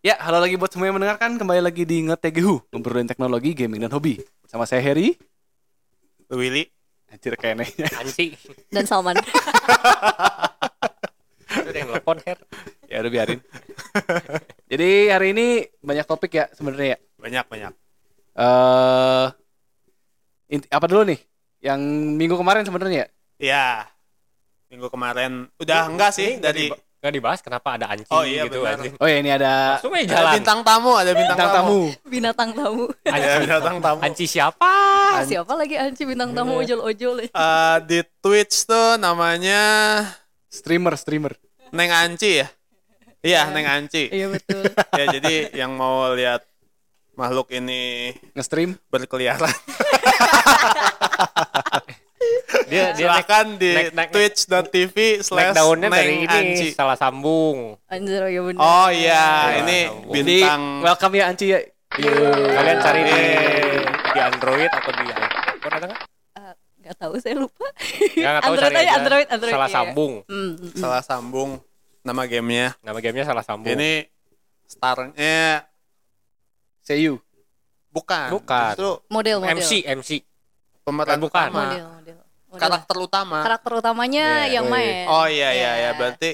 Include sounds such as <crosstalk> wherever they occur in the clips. Ya, halo lagi buat semua yang mendengarkan. Kembali lagi di Ngetegehu, ngobrolin teknologi, gaming, dan hobi. Sama saya Heri. Willy Anjir kayaknya. Ansi, dan Salman. <laughs> itu ada yang telepon Her. <laughs> ya udah biarin. Jadi hari ini banyak topik ya sebenarnya ya. banyak banyak Eh inti- apa dulu nih? Yang minggu kemarin sebenarnya ya. ya minggu kemarin udah enggak sih Ini nggak dari diba- nggak dibahas kenapa ada anjing Oh, iya, gitu benar. anjing. Oh ya ini ada Langsung aja ada jalan. bintang Iya. tamu ada bintang, bintang tamu, tamu. Binatang tamu. ada Anci. bintang tamu Anci siapa? Ah, Siapa lagi Anci bintang tamu Iya. ojol-ojol? ya? Eh, di Twitch tuh namanya Streamer, streamer. Neng Anci ya iya Neng Anci Iya betul. ya jadi yang mau lihat makhluk ini Nge-stream. berkeliaran Dia dia naik, silakan di naik- naik- twitch.tv naik slash daunnya dari Neng ini Anci salah sambung. Anjir ya benar. oh iya Wah, ini tahu. Jadi, bintang welcome ya Anci ya. Kalian cari di, Iya. di Android atau di iPhone ada nggak? Gak tahu saya lupa. Nggak, nggak tahu, Android cari aja, aja. Android, Android. Salah iya, iya. sambung. Hmm, hmm, hmm. salah sambung nama gamenya Nama gamenya salah sambung. ini starnya See you. Bukan. Bukan. Justru Model, model. MC MC. pemeran Eh, bukan. utama. Model, model. Model. Karakter utama. Karakter utamanya Iya. yang Oh, iya. main. Oh iya iya Iya. ya berarti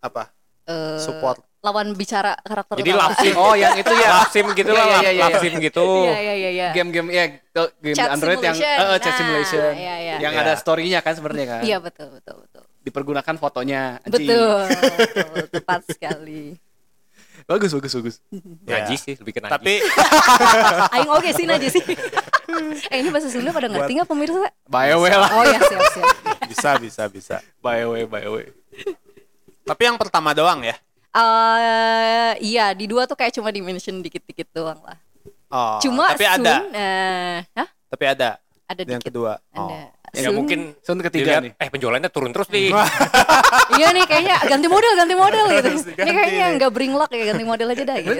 apa? Eh, Support. Lawan bicara karakter Jadi utama. lapsim. Oh yang itu <laughs> ya. Lapsim gitu Iya, lah, iya, lap- iya, iya. lapsim gitu. Iya, iya, iya, iya. Game-game ya game Chat Android yang simulation. eh, eh, chat Nah, simulation. iya, iya. Yang Iya. ada story-nya kan sebenarnya kan. Iya, betul, betul, betul. Dipergunakan fotonya. Anci. Betul, betul, tepat sekali. Bagus bagus bagus. Ngaji Ya. sih, lebih ke ngaji. Tapi <laughs> Aing oke sih <laughs> aja sih. eh ini bahasa Sunda pada ngerti nggak pemirsa? By the way lah. Oh ya siap siap. bisa bisa bisa. By the way, by the way. Tapi yang pertama doang ya. Eh iya di dua tuh kayak cuma di mention dikit-dikit doang lah. Oh. Cuma tapi ada. soon, eh, hah? Tapi ada. Ada Yang dikit. kedua. Ada. Oh. ya Soon. mungkin Sun ketiga dilihat, nih. Eh penjualannya turun terus nih. <laughs> Iya nih kayaknya ganti model ganti model gitu. Harus diganti Ini kayaknya nih. nggak bringlak ya ganti model aja dah gitu.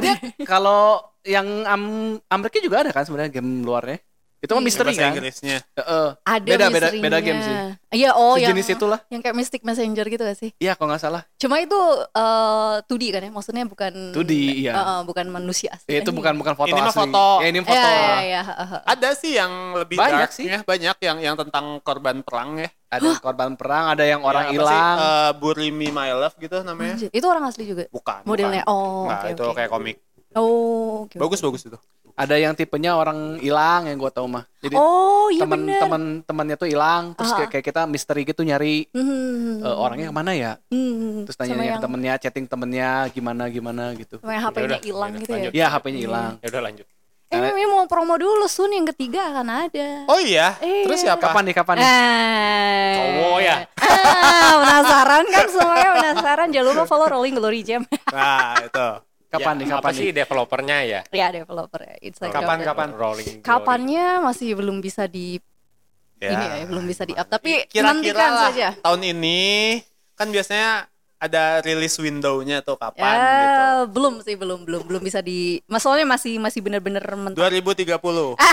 Kalau yang am Amerika juga ada kan sebenarnya game luarnya. Itu mah misteri Bahasa kan? Inggrisnya. Heeh. Iya. Ada beda beda beda misterinya. game sih. Iya oh yang Sejenis itulah. yang kayak Mystic Messenger gitu gak sih? Iya, kalau nggak salah. Cuma itu eh 2D kan ya, maksudnya bukan 2D, iya. Eh, eh, bukan manusia asli. Ya, itu bukan bukan foto Ini mah asli. foto. Ya, ini foto. Iya iya lah. iya. heeh. Ada sih yang lebih Banyak dark sih. ya, banyak yang yang tentang korban perang ya. Ada yang korban perang, ada yang orang Ya, apa sih? hilang. Eh, Burimi My Love gitu namanya. Anjir, Itu orang asli juga. Bukan. Modelnya. bukan. Oh, Nah, oke, itu oke. kayak komik. Oh, oke, oke. Bagus bagus itu. Ada yang tipenya orang hilang yang gua tahu mah. Jadi Oh, iya teman bener. teman temannya tuh hilang terus Ah, kayak, kayak kita misteri gitu nyari Hmm. eh, orangnya kemana ya Hmm. terus Sama tanya yang- temennya chatting temennya gimana gimana gitu sama yang HP-nya Yaudah, hilang yaudah, gitu ya. lanjut. ya HP-nya hilang ya udah lanjut. Eh, ini mau promo dulu Sun yang ketiga akan ada. Oh iya. Iya. Terus siapa? kapan nih kapan nih Eh. Cowok ya? Ah, penasaran kan semuanya penasaran. Jangan lupa follow Rolling Glory Jam. <laughs> Nah, itu. kapan nih Ya, Apa kapan nih sih developernya ya? ya, developer ya. Instagram. Kapan, dan- kapan? Rolling. Glory. Kapannya masih belum bisa di Ya. ini ya, belum bisa di up, tapi kira-kira nantikan lah saja. tahun ini kan biasanya ada rilis window-nya tuh kapan Ya, gitu. belum sih, belum, belum, belum bisa di. Mas, Soalnya masih masih benar-benar mentah. 2030. Ah,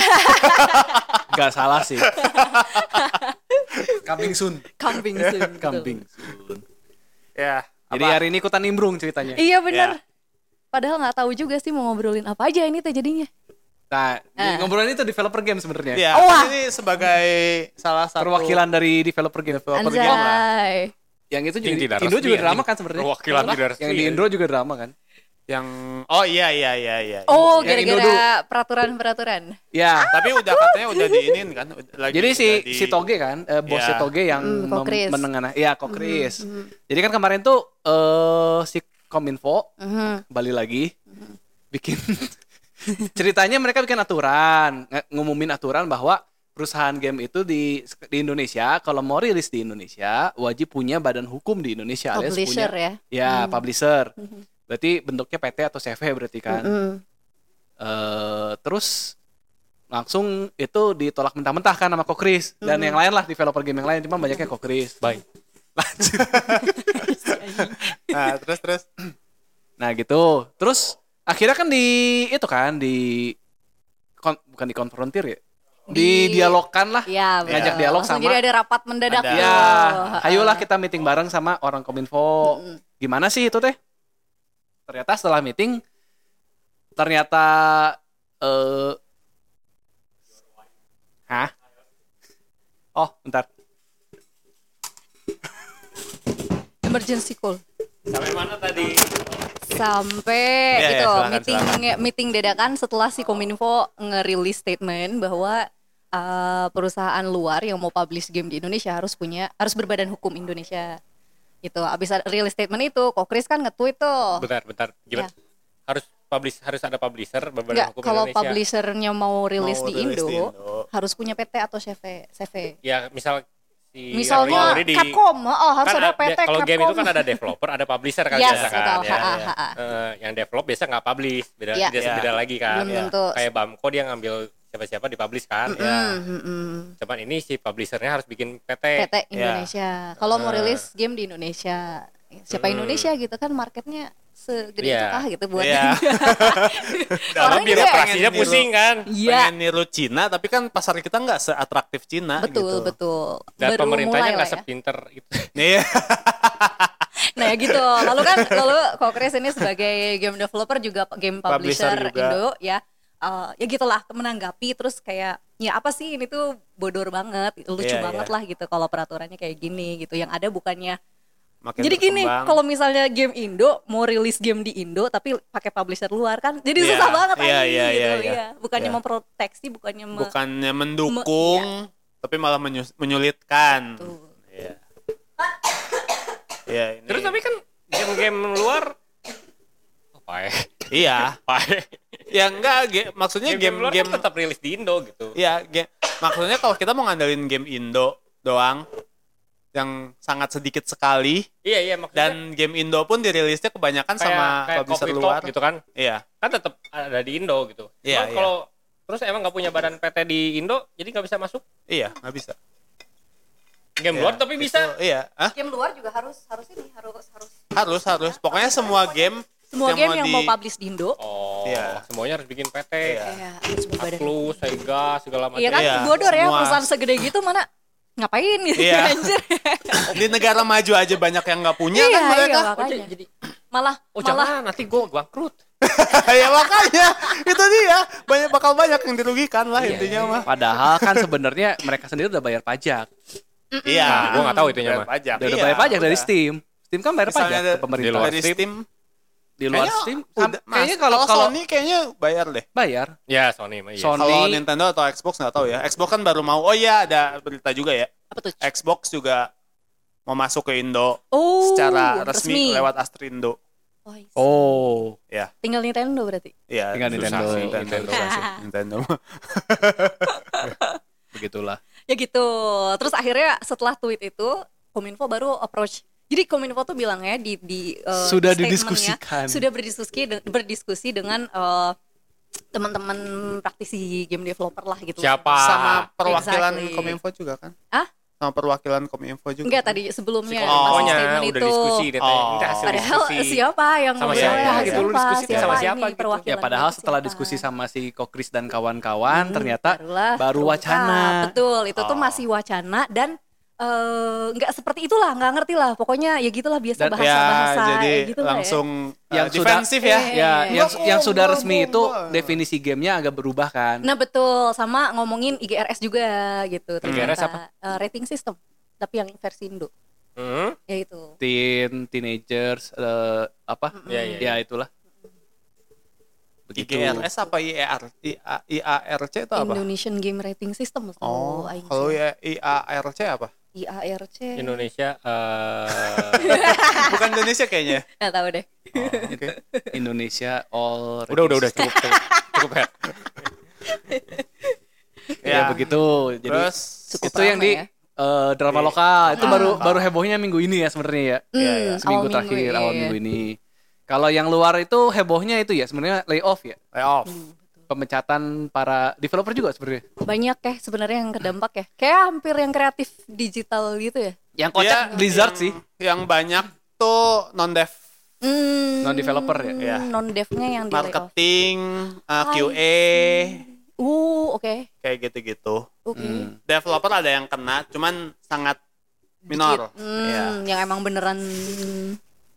nggak salah sih coming soon Kambing sih. betul. coming soon Ya. jadi apa? hari ini ikutan nimbrung ceritanya Iya benar. Padahal nggak tahu juga sih mau ngobrolin apa aja ini teh jadinya. nah Ah. ngobrolin itu developer game sebenarnya ya, kan Oh, wah. ini sebagai salah satu perwakilan dari developer game Anjay. yang itu Yang juga tidak Indo resmi, juga drama anjing. kan sebenarnya Perwakilan tidak resmi, yang di anjing. Indo juga drama kan yang oh iya iya iya iya. Oh, Yang Indo gara-gara peraturan-peraturan. ya Tapi udah katanya udah diinin kan udah- lagi Jadi si udah di- si Toge kan, eh, bos Iya. si Toge yang Mm, mem- Kokris. Hmm, menengah. Iya, Kokris. Jadi kan kemarin tuh eh si Kominfo Mm-hmm. kembali lagi bikin <laughs> ceritanya mereka bikin aturan, nge- ngumumin aturan bahwa perusahaan game itu di di Indonesia kalau mau rilis di Indonesia wajib punya badan hukum di Indonesia alias punya Publisher ya. Mm-hmm. ya publisher. Berarti bentuknya PT atau CV berarti kan. Mm. eh terus langsung itu ditolak mentah-mentah kan sama Kokris dan Mm-hmm. yang lain lah developer game yang lain cuma banyaknya Kokris. Baik. Nah, terus <laughs> terus Nah gitu. Terus akhirnya kan di itu kan di kon- bukan di konfrontir ya. Di, Di- dialogkan lah. Ya, betul. Ngajak dialog Langsung sama- Jadi ada rapat mendadak. gitu. Ada. tuh. Ya, Oh, ayolah uh. kita meeting bareng sama orang Kominfo. Gimana sih itu teh? Ternyata setelah meeting ternyata eh Hah? oh bentar Emergency call. Sampai mana tadi? Sampai Iya, Ya, ya, itu silakan, meeting meeting dadakan setelah si Kominfo ngerilis statement bahwa uh, perusahaan luar yang mau publish game di Indonesia harus punya harus berbadan hukum Indonesia. Itu abis ada- rilis statement itu, kok Chris kan nge-tweet tuh. Bentar, bentar. Gimana? Ya. Harus publish harus ada publisher berbadan Enggak, hukum kalau Indonesia. publishernya mau rilis, Mau di, rilis Indo, di Indo. harus punya PT atau CV. CV. Ya, misal si Misalnya Rory di- Capcom, oh, harus kan ada dia- PT kalau game itu Capcom. kan ada developer, ada publisher kan Yes, biasa kan. betul. ya. Ha, ha, ha. Eh, yang develop biasa nggak publish, beda Ya. biasa Ya. beda lagi kan. Belum Ya. tentu. Kayak Bamco dia ngambil siapa-siapa dipublish kan. Ya. Mm, mm. Cuman ini si publishernya harus bikin PT. PT Ya. Indonesia. Kalau mau Eh, Ah. rilis game di Indonesia, siapa Hmm. Indonesia gitu kan marketnya segede Iya. itu kah gitu buat <laughs> Iya. Orang Kalau juga ya. birokrasinya pengen niru- pusing kan. Iya. Pengen niru Cina, tapi kan pasar kita nggak seatraktif Cina Betul, gitu. betul. Dan Baru mulai pemerintahnya nggak lah ya. sepinter itu. Iya. Nah, ya gitu. Lalu kan lalu kok Chris ini sebagai game developer juga game Publisher publisher, juga. Indo ya. eh, ya gitulah menanggapi terus kayak ya apa sih ini tuh bodor banget, lucu Iya, banget iya. lah gitu kalau peraturannya kayak gini gitu. Yang ada bukannya Makin jadi gini, berkembang. kalau misalnya game Indo mau rilis game di Indo tapi pakai publisher luar kan, jadi Iya, susah banget iya, anjing, iya, gitu. iya, iya. iya. Bukannya Iya. memproteksi, bukannya me- iya. bukannya mendukung tapi malah menyu- menyulitkan. Tuh. Iya. Iya, ini. Terus tapi kan game-game luar apa ya? iya. <laughs> Apa ya? Ya enggak ge- maksudnya Game-game luar game-game kan tetap rilis di Indo gitu. Iya, ge- maksudnya kalau kita mau ngandelin game Indo doang yang sangat sedikit sekali Iya, iya maksudnya. dan game Indo pun dirilisnya kebanyakan kayak, sama kayak publisher Coffee Talk luar. gitu kan. Iya. kan tetap ada di Indo gitu. Iya, Cuman iya. kalau terus emang nggak punya badan PT di Indo, jadi nggak bisa masuk Iya, nggak bisa. game Iya, luar tapi itu- bisa. Iya, Hah? game luar juga harus harus ini harus harus harus harus. Pokoknya semua game semua game yang di- mau publish di Indo, Oh, Iya. semuanya harus bikin PT. Iya. ya harus berbadan. Atlu, Sega, segala macam. Iya kan, Iya, bodor ya semua. perusahaan segede gitu mana ngapain gitu Iya. anjir. di negara maju aja banyak yang nggak punya kan Iya, mereka. iya, makanya. jadi, Malah oh malah jangan nanti gue bangkrut. <laughs> ya makanya itu dia banyak bakal banyak yang dirugikan Iya, lah intinya mah. padahal kan sebenarnya mereka sendiri udah bayar pajak Iya. Nah, gue nggak tahu itunya Bayar mah. pajak. udah, udah Iya, bayar pajak dari udah. Steam Steam kan bayar Misalnya pajak ada- ke pemerintah Di luar dari Steam. Di luar Kayaknya Steam sam- udah- kayaknya mas- kalau kalau Sony kayaknya bayar deh. bayar Ya Sony mah iya. Sony. Kalau Nintendo atau Xbox nggak tahu ya. Xbox kan baru mau. Oh iya ada berita juga ya. apa tuh? Xbox juga mau masuk ke Indo Oh, secara resmi, lewat Astrindo. Oh, iya. oh Ya. Tinggal Nintendo berarti. Iya. Tinggal susah Nintendo. sih, Nintendo. Susah sih. sih. Nintendo. Begitulah. begitulah ya gitu terus akhirnya setelah tweet itu kominfo baru approach jadi kominfo tuh bilangnya di di eh, Sudah statementnya, didiskusikan. sudah berdiskusi de- berdiskusi dengan eh, teman-teman praktisi game developer lah gitu Siapa? Sama perwakilan Exactly. Kominfo juga kan? ah Sama perwakilan Kominfo juga. enggak kan? tadi sebelumnya Oh, pas Pokoknya statement udah diskusi deh. Oh. Nanti hasil padahal diskusi. siapa yang Sama mulai, siapa siapa, gitu, lu diskusi siapa sama siapa ini gitu. perwakilan ya padahal mereka setelah siapa. diskusi sama si Kokris dan Hmm. kawan-kawan ternyata Hmm, barulah baru terungkap. wacana Betul, itu tuh masih wacana dan eh, nggak seperti itulah, nggak ngerti lah. Pokoknya ya gitulah biasa Dan- bahasa-bahasa ya, jadi kayak gitu lah ya. langsung uh, Yang sudah- defensif ya. iya, Eh, ya Eh. yang yang Gua- sudah gua- resmi gua- itu gua. definisi gamenya agak berubah kan Nah betul, sama ngomongin IGRS juga gitu. IGRS apa? Eh, rating system, tapi yang versi Indo, Hmm? yaitu. teen teenagers eh, apa Iya, iya, iya. ya itulah Gitu. begitu IGRS apa IAR? IA- IARC itu apa? Indonesian Game Rating System maksud Oh, lu, aing kalau sih. ya IARC apa? IARC. Indonesia eh, Bukan <laughs> Indonesia kayaknya. Nggak tahu deh. Oke. Oh, Indonesia all udah udah udah cukup cukup cukup ya. <laughs> ya, Ya. begitu jadi Terus Cukup itu yang rame di ya. Ah. eh, drama lokal itu baru baru hebohnya minggu ini ya sebenarnya ya Iya, iya. Hmm, seminggu awal terakhir iya, awal iya. minggu ini kalau yang luar itu hebohnya itu ya sebenarnya layoff ya layoff. Hmm. pemecatan para developer juga sebenarnya Banyak ya sebenarnya yang kedampak ya. Kayak hampir yang kreatif digital gitu ya. yang kocak Dia Blizzard yang- sih Yang banyak tuh non dev Hmm, non developer ya Iya. non devnya yang di layoff. marketing, uh, I QA, Uh, oke, kayak gitu-gitu. oke. Hmm. Developer ada yang kena, cuman sangat minor. Hmm, Ya. yang emang beneran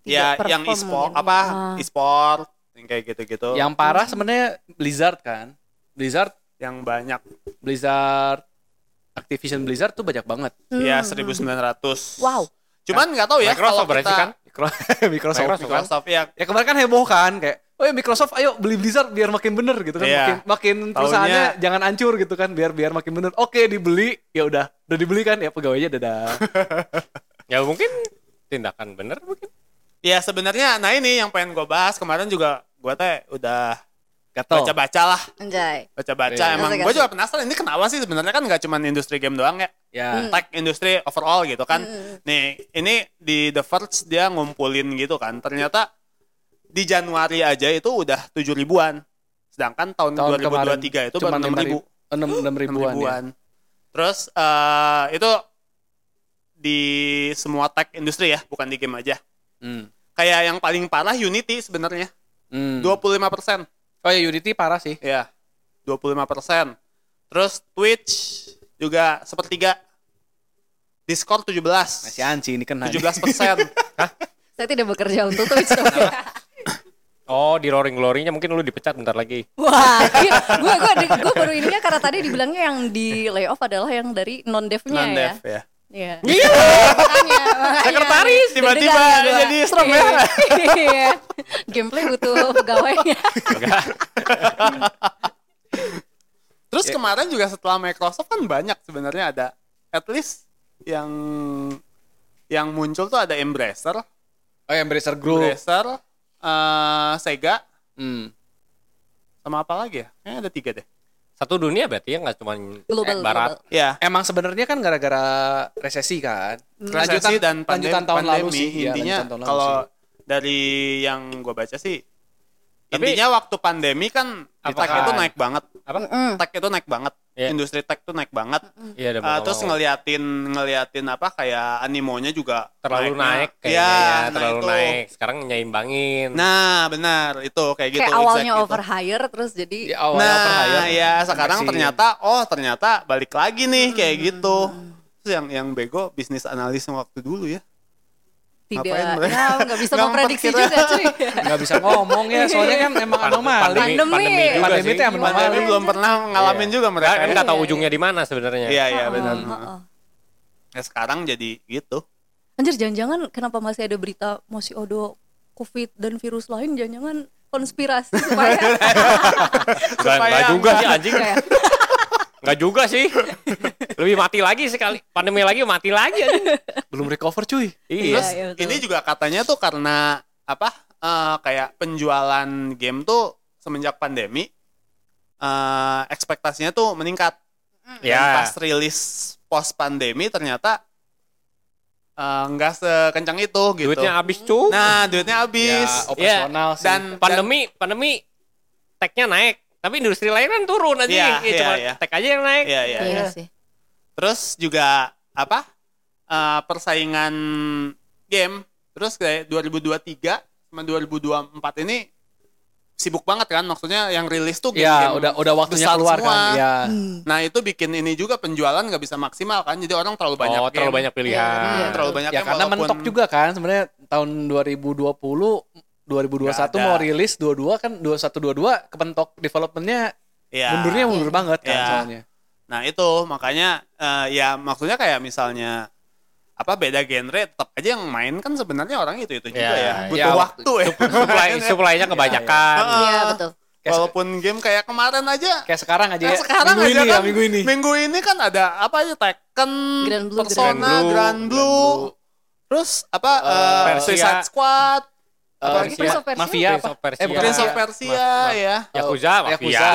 Ya, tidak yang perform e-sport mungkin. apa? Ah. E-sport yang kayak gitu-gitu Yang yang, parah sebenarnya Blizzard kan. Blizzard, banyak Blizzard, Activision Blizzard tuh banyak banget. ya 1900 Hmm, Wow. cuman nggak tahu ya Microsoft kalau berarti kita- kan? Micro- <laughs> Microsoft. Microsoft. Microsoft ya Ya kemarin kan heboh kan kayak, oh ya Microsoft ayo beli Blizzard biar makin bener gitu kan. Iya. Makin, makin perusahaannya Taunya- jangan hancur gitu kan biar biar makin bener. Oke dibeli, ya udah udah dibeli kan ya pegawainya <laughs> dadah. Ya mungkin tindakan bener mungkin. ya sebenarnya nah ini yang pengen gue bahas kemarin juga gue teh udah Gatel. baca-baca lah Anjay. baca-baca Iya. emang Asik, gue asik. juga penasaran ini kenapa sih sebenarnya kan nggak cuman industri game doang ya Ya. tech industri overall gitu kan. Nih, ini di The First dia ngumpulin gitu kan. Ternyata di Januari aja itu udah 7 ribuan. Sedangkan tahun, Tahun 2023 itu baru 6 ribu. 6, 6 ribuan. 6 ya. ribuan. Terus eh, itu di semua tech industri ya, bukan di game aja. Hmm. Kayak yang paling parah Unity sebenarnya, Hmm. 25%. Oh ya Unity parah sih. Ya. 25%. Terus Twitch juga sepertiga. Discord 17. Masih anci ini kena. nih. 17 persen. Saya tidak bekerja untuk Twitch <laughs> dong ya. Oh, di roaring glory-nya mungkin lu dipecat bentar lagi. Wah, iya. gue gue gue baru ininya karena tadi dibilangnya yang di layoff adalah yang dari non devnya non ya. dev ya. Iya. <laughs> Iya. Makanya, makanya. Sekretaris, tiba-tiba Deg-degan dia gua. jadi strong ya. Iya. Gameplay butuh pegawainya. Terus kemarin juga setelah Microsoft kan banyak sebenarnya ada at least yang yang muncul tuh ada Embracer, Oh yang Bracer Group. Embracer, eh, Sega, Hmm. sama apa lagi ya? Kayaknya ada tiga deh. Satu dunia berarti ya nggak cuma Global, barat. global. Ya. Emang sebenarnya kan gara-gara resesi kan. Hmm, Resesi dan pandemi, lanjutan tahun pandemi. lalu sih. Iya, intinya lanjutan tahun lalu kalau sih. dari yang gue baca sih Tapi- intinya waktu pandemi kan di tech Apakah- itu naik banget. Hmm. Mm-mm. Tech itu naik banget. Iya. Industri tech itu naik banget. Iya, Ah, ada terus ngeliatin ngeliatin apa kayak animonya juga terlalu naiknya. naik kayaknya Iya, ya, terlalu nah itu. naik. Sekarang nyeimbangin. Nah, benar. Itu kayak gitu. Kayak awalnya exact gitu. over hire terus jadi Ya, Oh, awal Nah, overhire. ya sekarang Infeksi. ternyata oh, ternyata balik lagi nih kayak Hmm. gitu. Terus yang yang bego bisnis analis yang waktu dulu ya. tidak ngapain mereka? ya nggak bisa Ngambek memprediksi kita. juga cuy. nggak bisa ngomong ya soalnya kan emang anomali. Pandemi. juga Pandemi sih. itu yang Gimana? anomali. Pandemi Iya, belum pernah ngalamin juga mereka. Kan ya. nggak tahu ujungnya di mana sebenarnya. Iya, iya Oh, benar. oh, oh. Ya, sekarang jadi gitu. Anjir jangan-jangan kenapa masih ada berita masih ada covid dan virus lain jangan-jangan konspirasi supaya <laughs> Nggak- nggak Supaya- juga sih anjing. Kayak, Nggak juga sih. <laughs> Lebih mati lagi sekali. Pandemi lagi mati lagi. anjing. Belum recover cuy. Iya. Terus iya, betul. ini juga katanya tuh karena apa? eh, kayak penjualan game tuh semenjak pandemi eh, ekspektasinya tuh meningkat. Ya. Dan pas rilis post pandemi ternyata eh, nggak sekencang itu gitu. Duitnya habis cuy. nah, duitnya habis. Iya, Ya, operasional sih. Dan pandemi pandemi tag-nya naik tapi industri lain kan turun aja Iya, ya, iya, cuma iya. tag aja yang naik Iya, iya. iya sih Terus juga apa? eh, persaingan game. Terus kayak 2023 sama 2024 ini sibuk banget kan maksudnya yang rilis tuh Ya game-game udah udah waktunya besar keluar kan. semua. Ya. Nah itu bikin ini juga penjualan nggak bisa maksimal kan, jadi orang terlalu banyak. oh terlalu game. banyak pilihan Iya, Hmm, iya. terlalu banyak. Ya game, karena walaupun- mentok juga kan sebenarnya tahun 2020 2021 Nggak ada. mau rilis 22 kan 21 22 kepentok developmentnya Ya. mundurnya mundur banget kan Ya. soalnya. Nah itu makanya eh, ya maksudnya kayak misalnya apa beda genre tetap aja yang main kan sebenarnya orang itu itu juga Iya, ya iya. butuh Ya, waktu ya. supply supply-nya kebanyakan Heeh. iya betul Walaupun game kayak kemarin aja. Kayak sekarang aja Kayak ya, sekarang minggu aja ini kan, ya minggu ini. minggu ini kan ada apa aja Tekken, Grand Blue, Persona, Grand Grand Blue. Blue, terus apa eh, Persia. Suicide Squad, Eh, Apalagi Prince of Persia. Mafia Prince apa? of Persia. Eh, bukan Prince of Mafia. Persia <laughs> ya, Yakuza Oh, mafia Yakuza.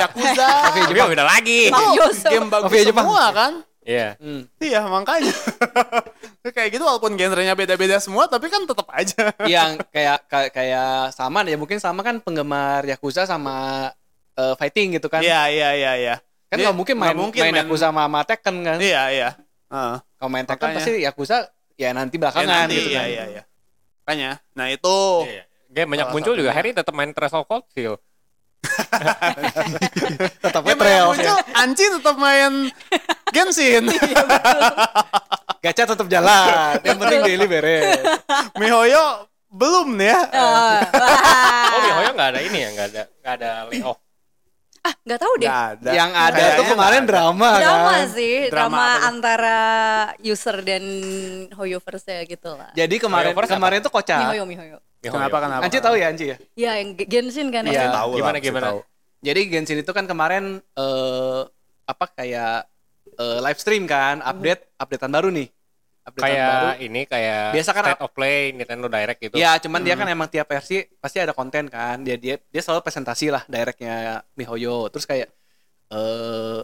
Yakuza. tapi udah lagi Mau. Itu Yosef. game bagus Mafia Jepang. semua kan? iya Hmm. Iya makanya. <laughs> kayak gitu walaupun genrenya beda-beda semua tapi kan tetap aja. yang Iya, kayak kayak, kayak sama ya mungkin sama kan penggemar Yakuza sama eh, fighting gitu kan. Iya iya iya iya. Kan Dia nggak mungkin main nggak mungkin main main- Yakuza sama, sama Tekken kan. Iya iya. Heeh. Kalau main Tekken Makanya. pasti Yakuza ya nanti Ya, belakangan nanti, gitu iya, kan. iya iya. Makanya. Nah itu. Iya. game banyak Salah muncul satunya. juga Harry tetap main Trash of Cold Steel Tetap Dia banyak trail. <laughs> muncul, Anci tetap main Genshin. Iya. <laughs> Gacha tetap jalan. Yang penting daily beres. Mihoyo belum nih ya. Oh, Oh, iya. wah. Mihoyo nggak ada ini ya, nggak ada nggak ada layoff. ah, nggak tahu deh. Nggak ada. Iya. Yang ada Kayaknya tuh kemarin nggak ada. drama, Drama kan. sih, Drama drama, apa tuh? antara user dan hoyovers ya gitu lah. Jadi kemarin Flyover apa? kemarin tuh kocak. Mihoyo, Mihoyo. Mihoyo. Kenapa kan kenapa? Anci tahu ya Anci ya? Ya, yang Ge- Genshin kan Iya. ya. Tahu lah, Gimana, pasti gimana? tahu. Jadi Genshin itu kan kemarin eh apa kayak eh, live stream kan, update updatean baru nih. Updatean baru. Kayak ini kayak Biasa kan- state of play Nintendo Direct gitu. Ya, cuman dia kan emang tiap versi pasti ada konten kan. Dia dia dia selalu presentasi lah directnya MiHoYo. Terus kayak eh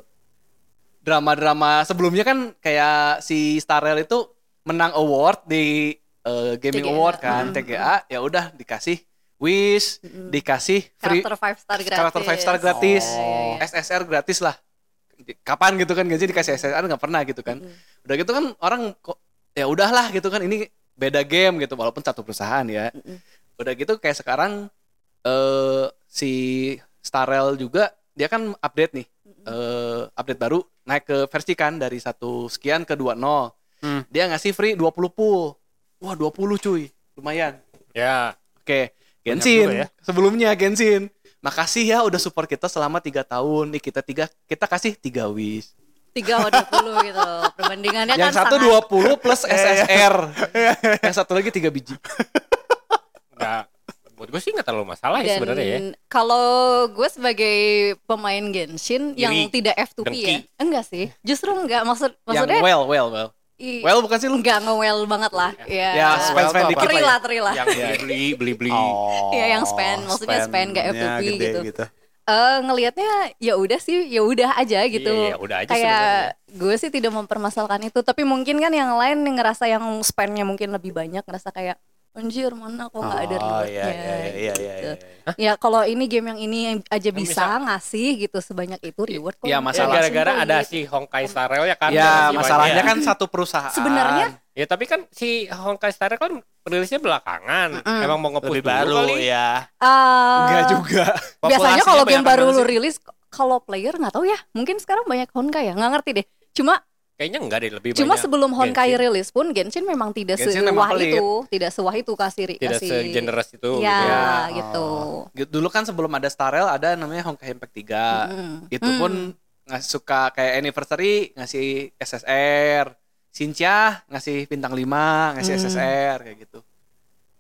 drama-drama sebelumnya kan kayak si Starrel itu menang award di eh, Gaming TGA. Award kan, TGA. Ya udah dikasih wish, dikasih free Karakter 5 star gratis. karakter 5 star gratis, Iya, iya, iya. SSR gratis lah. Kapan gitu kan gaji dikasih SSR nggak pernah gitu kan. Udah gitu kan orang kok ya udahlah gitu kan ini beda game gitu walaupun satu perusahaan ya. Udah gitu kayak sekarang eh si Starrel juga dia kan update nih. Eh update baru naik ke versi kan dari satu sekian ke 20. Hmm. Dia ngasih free 20 pool. Wah, 20 cuy. Lumayan. Ya. Oke, Genshin. juga ya. Sebelumnya Genshin. Makasih ya udah support kita selama tiga tahun. Nih kita tiga, kita kasih tiga wish. 3 atau 20 gitu. Perbandingannya Yang kan satu sangat 20 <laughs> plus SSR. Yang satu lagi tiga biji. Nggak. Buat gue sih nggak terlalu masalah ya dan sebenarnya ya. kalau gue sebagai pemain Genshin yang Iri, tidak F2P ya, dengki. enggak sih. Justru enggak maksud Yang maksudnya well, well, well. i- Well bukan sih lu? enggak nge-well banget lah. Iya. Ya, spend-spend Well tuh dikit Teri lah. lah, ya. teri lah. Yang beli beli beli. Oh, Iya, yang spend. Maksudnya spend nggak spendnya FTP gede gitu. Eh, ngelihatnya ya udah sih, ya udah aja gitu. Iya, iya, udah aja Kayak gue sih tidak mempermasalahkan itu, tapi mungkin kan yang lain yang ngerasa yang spendnya mungkin lebih banyak ngerasa kayak anjir mana kok nggak ada Oh, rewardnya iya, iya, iya, gitu. iya, iya, Ya kalau ini game yang ini yang aja bisa, bisa. ngasih gitu sebanyak itu reward kok. Iya, nggak masalah. Ya, gara-gara simpel ada gitu. si Honkai Star Rail ya kan. Ya Masih masalahnya banyak. kan satu perusahaan. Sebenarnya- Ya tapi kan si Honkai Star Rail kan rilisnya belakangan. Emang mau nge-push Lebih dulu baru kali. iya. ya. Eh, Enggak juga. Biasanya Populasinya kalau game banyak baru banget lu sih. rilis kalau player nggak tahu ya, mungkin sekarang banyak Honkai ya, nggak ngerti deh. Cuma Kayaknya enggak deh lebih cuma Iya, banyak. sebelum Honkai Genshin. rilis pun Genshin memang tidak Genshin sewah memang pelit. itu, tidak sewah itu kasih ri- tidak kasih. segeneres itu ya, gitu ya. gitu. Gitu, Dulu kan sebelum ada Starrel ada namanya Honkai Impact 3. Mm. Itu pun nggak suka kayak anniversary ngasih SSR. Sincah ngasih bintang 5, ngasih Hmm. SSR kayak gitu.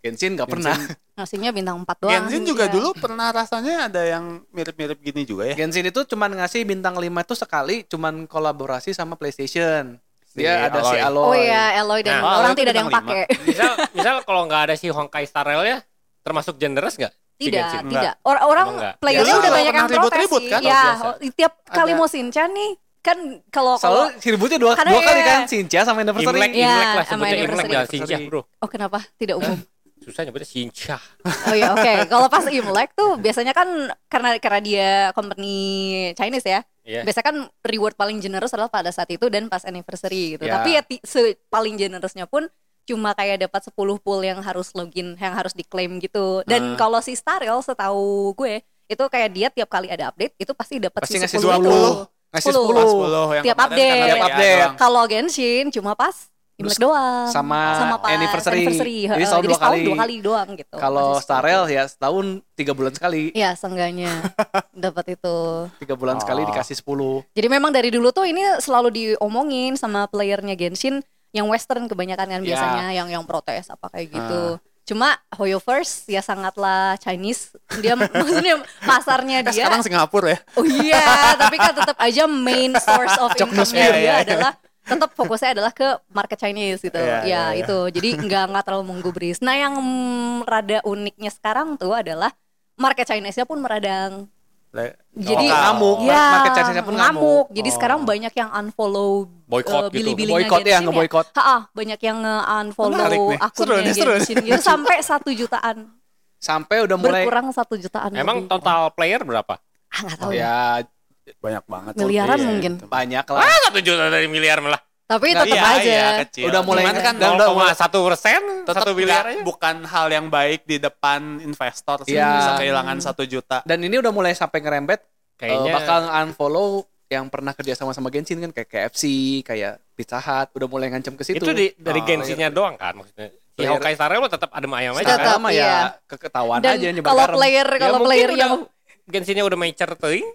Genshin nggak pernah. <laughs> Ngasihnya bintang 4 doang. Genshin juga iya. dulu pernah rasanya ada yang mirip-mirip gini juga ya. Genshin itu cuman ngasih bintang 5 itu sekali cuman kolaborasi sama PlayStation. Dia Si ada si Aloy. Aloy. Oh iya, Eloy dan Nah, Aloy orang itu tidak ada yang bintang lima. pakai. <laughs> Misal misal kalau enggak ada si Honkai Star Rail ya termasuk generous enggak? Si Tidak, Genshin? tidak. Or- orang Emang enggak? playernya Biasa. udah banyak yang Pernah ribut-ribut protes kan? sih. Ya, Biasa. tiap kali Ada. mau Sincan nih kan kalau kalau Selalu ributnya dua, Karena dua iya. kali kan Sincha sama Anniversary. Imlek, Iya, Imlek lah sama sebutnya Imlek anniversary. jangan Sinca bro. oh kenapa tidak umum? Susah nyebutnya Sinca. Oh iya, <laughs> oke. Kalau pas Imlek tuh biasanya kan karena karena dia company Chinese ya. Iya. Biasanya kan reward paling generous adalah pada saat itu dan pas anniversary gitu. Ya. Tapi ya ti- se- paling generousnya pun cuma kayak dapat 10 pool yang harus login, yang harus diklaim gitu. Ah. Dan kalau si Starel setahu gue itu kayak dia tiap kali ada update itu pasti dapat Pasti si ngasih 10 itu. 20. Ngasih 10. 10. yang Gitu. Tiap kemarin update. kan Tiap ada update. yang- Kalau Genshin cuma pas Imlek doang. sama pas anniversary. Jadi Heeh, setahun dua setahun kali. dua kali doang gitu. Kalau Masih Starrel ya setahun tiga bulan sekali. Iya, <laughs> seenggaknya dapat itu. Tiga bulan Oh. sekali dikasih 10. Jadi memang dari dulu tuh ini selalu diomongin sama playernya Genshin yang western kebanyakan Ya. kan Iya. biasanya yang yang protes apa Ah. kayak gitu. Cuma Hoyo First ya sangatlah Chinese. Dia <laughs> maksudnya pasarnya Eh, dia. sekarang Singapura ya. Oh iya, tapi kan tetap aja main source of income Iya, dia iya, iya. adalah tetap fokusnya adalah ke market Chinese gitu. Iya, ya iya, iya. itu. Jadi nggak nggak terlalu menggubris. Nah, yang mm, rada uniknya sekarang tuh adalah market Chinese-nya pun meradang Oh, jadi Lokal. ngamuk. ya, Market chance-nya pun ngamuk. Jadi sekarang banyak yang unfollow eh, Boycott gitu. Bilibili Boycott ya, ngeboycott. banyak yang eh, Menarik unfollow nih. Seru akunnya nih, seru Genshin gitu <laughs> sampai satu jutaan. Sampai udah mulai Berkurang satu jutaan. Emang lebih. total player berapa? ah, nggak Oh, tahu. iya. ya. ya Banyak banget. Miliaran Iya, mungkin. gitu. banyak lah. Ah, satu juta dari miliar malah. Tapi Nggak, tetap Iya, aja. iya, kecil. Udah mulai Cuman kan Dan udah 0,1 persen, tetap satu miliar ya. nggak- aja. bukan hal yang baik di depan investor sih Iya. bisa kehilangan satu juta. Dan ini udah mulai sampai ngerembet. Kayaknya- eh, bakal unfollow yang pernah kerja sama sama Genshin kan kayak KFC, kayak Pizza Hut, udah mulai ngancam ke situ. Itu di, dari Oh, Genshinnya doang kan maksudnya. Si Hokai Star Rail mah tetap adem ayam aja kan. Tetap, Karena mah iya. ya keketauan Dan aja nyebar kalau garam. player kalau Ya, mungkin player udah, yang Genshinnya udah main teuing.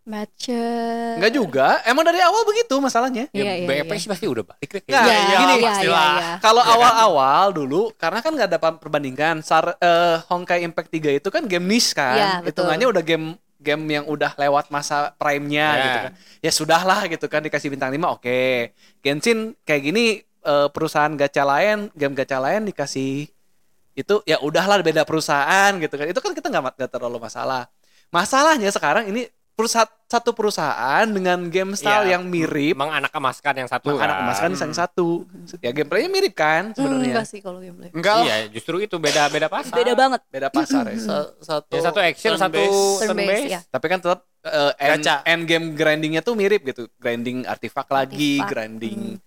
macet. Enggak juga. Emang dari awal begitu masalahnya. Iya, ya, iya, BEP iya. sih pasti udah balik deh. Nah, Iya, ya, gini, iya, iya, pastilah. iya. Kalau Ya kan? awal-awal dulu, karena kan nggak ada pam- perbandingan. Sar, eh, Honkai Impact 3 itu kan game niche Iya, kan, betul. hitungannya udah game game yang udah lewat masa prime-nya Iya. Ya. gitu kan. Ya sudahlah gitu kan dikasih bintang 5 oke. Genshin kayak gini eh, perusahaan gacha lain, game gacha lain dikasih itu ya udahlah beda perusahaan gitu kan. Itu kan kita nggak ma- nggak terlalu masalah. Masalahnya sekarang ini perusahaan satu perusahaan dengan game style Iya. yang mirip Emang anak emaskan yang satu. Nah, anak emas kan yang satu. Ya gameplaynya mirip kan Mm, Enggak sebenarnya. sih kalau gameplay. Enggak lah. Iya, justru itu beda-beda pasar. Beda banget. Beda pasar ya. Sa- satu, Ya, satu action, turn satu based. Turn turn based, based. ya. Tapi kan tetap eh, end, Gacha. end game grindingnya tuh mirip gitu. Grinding artefak lagi, Artifak, grinding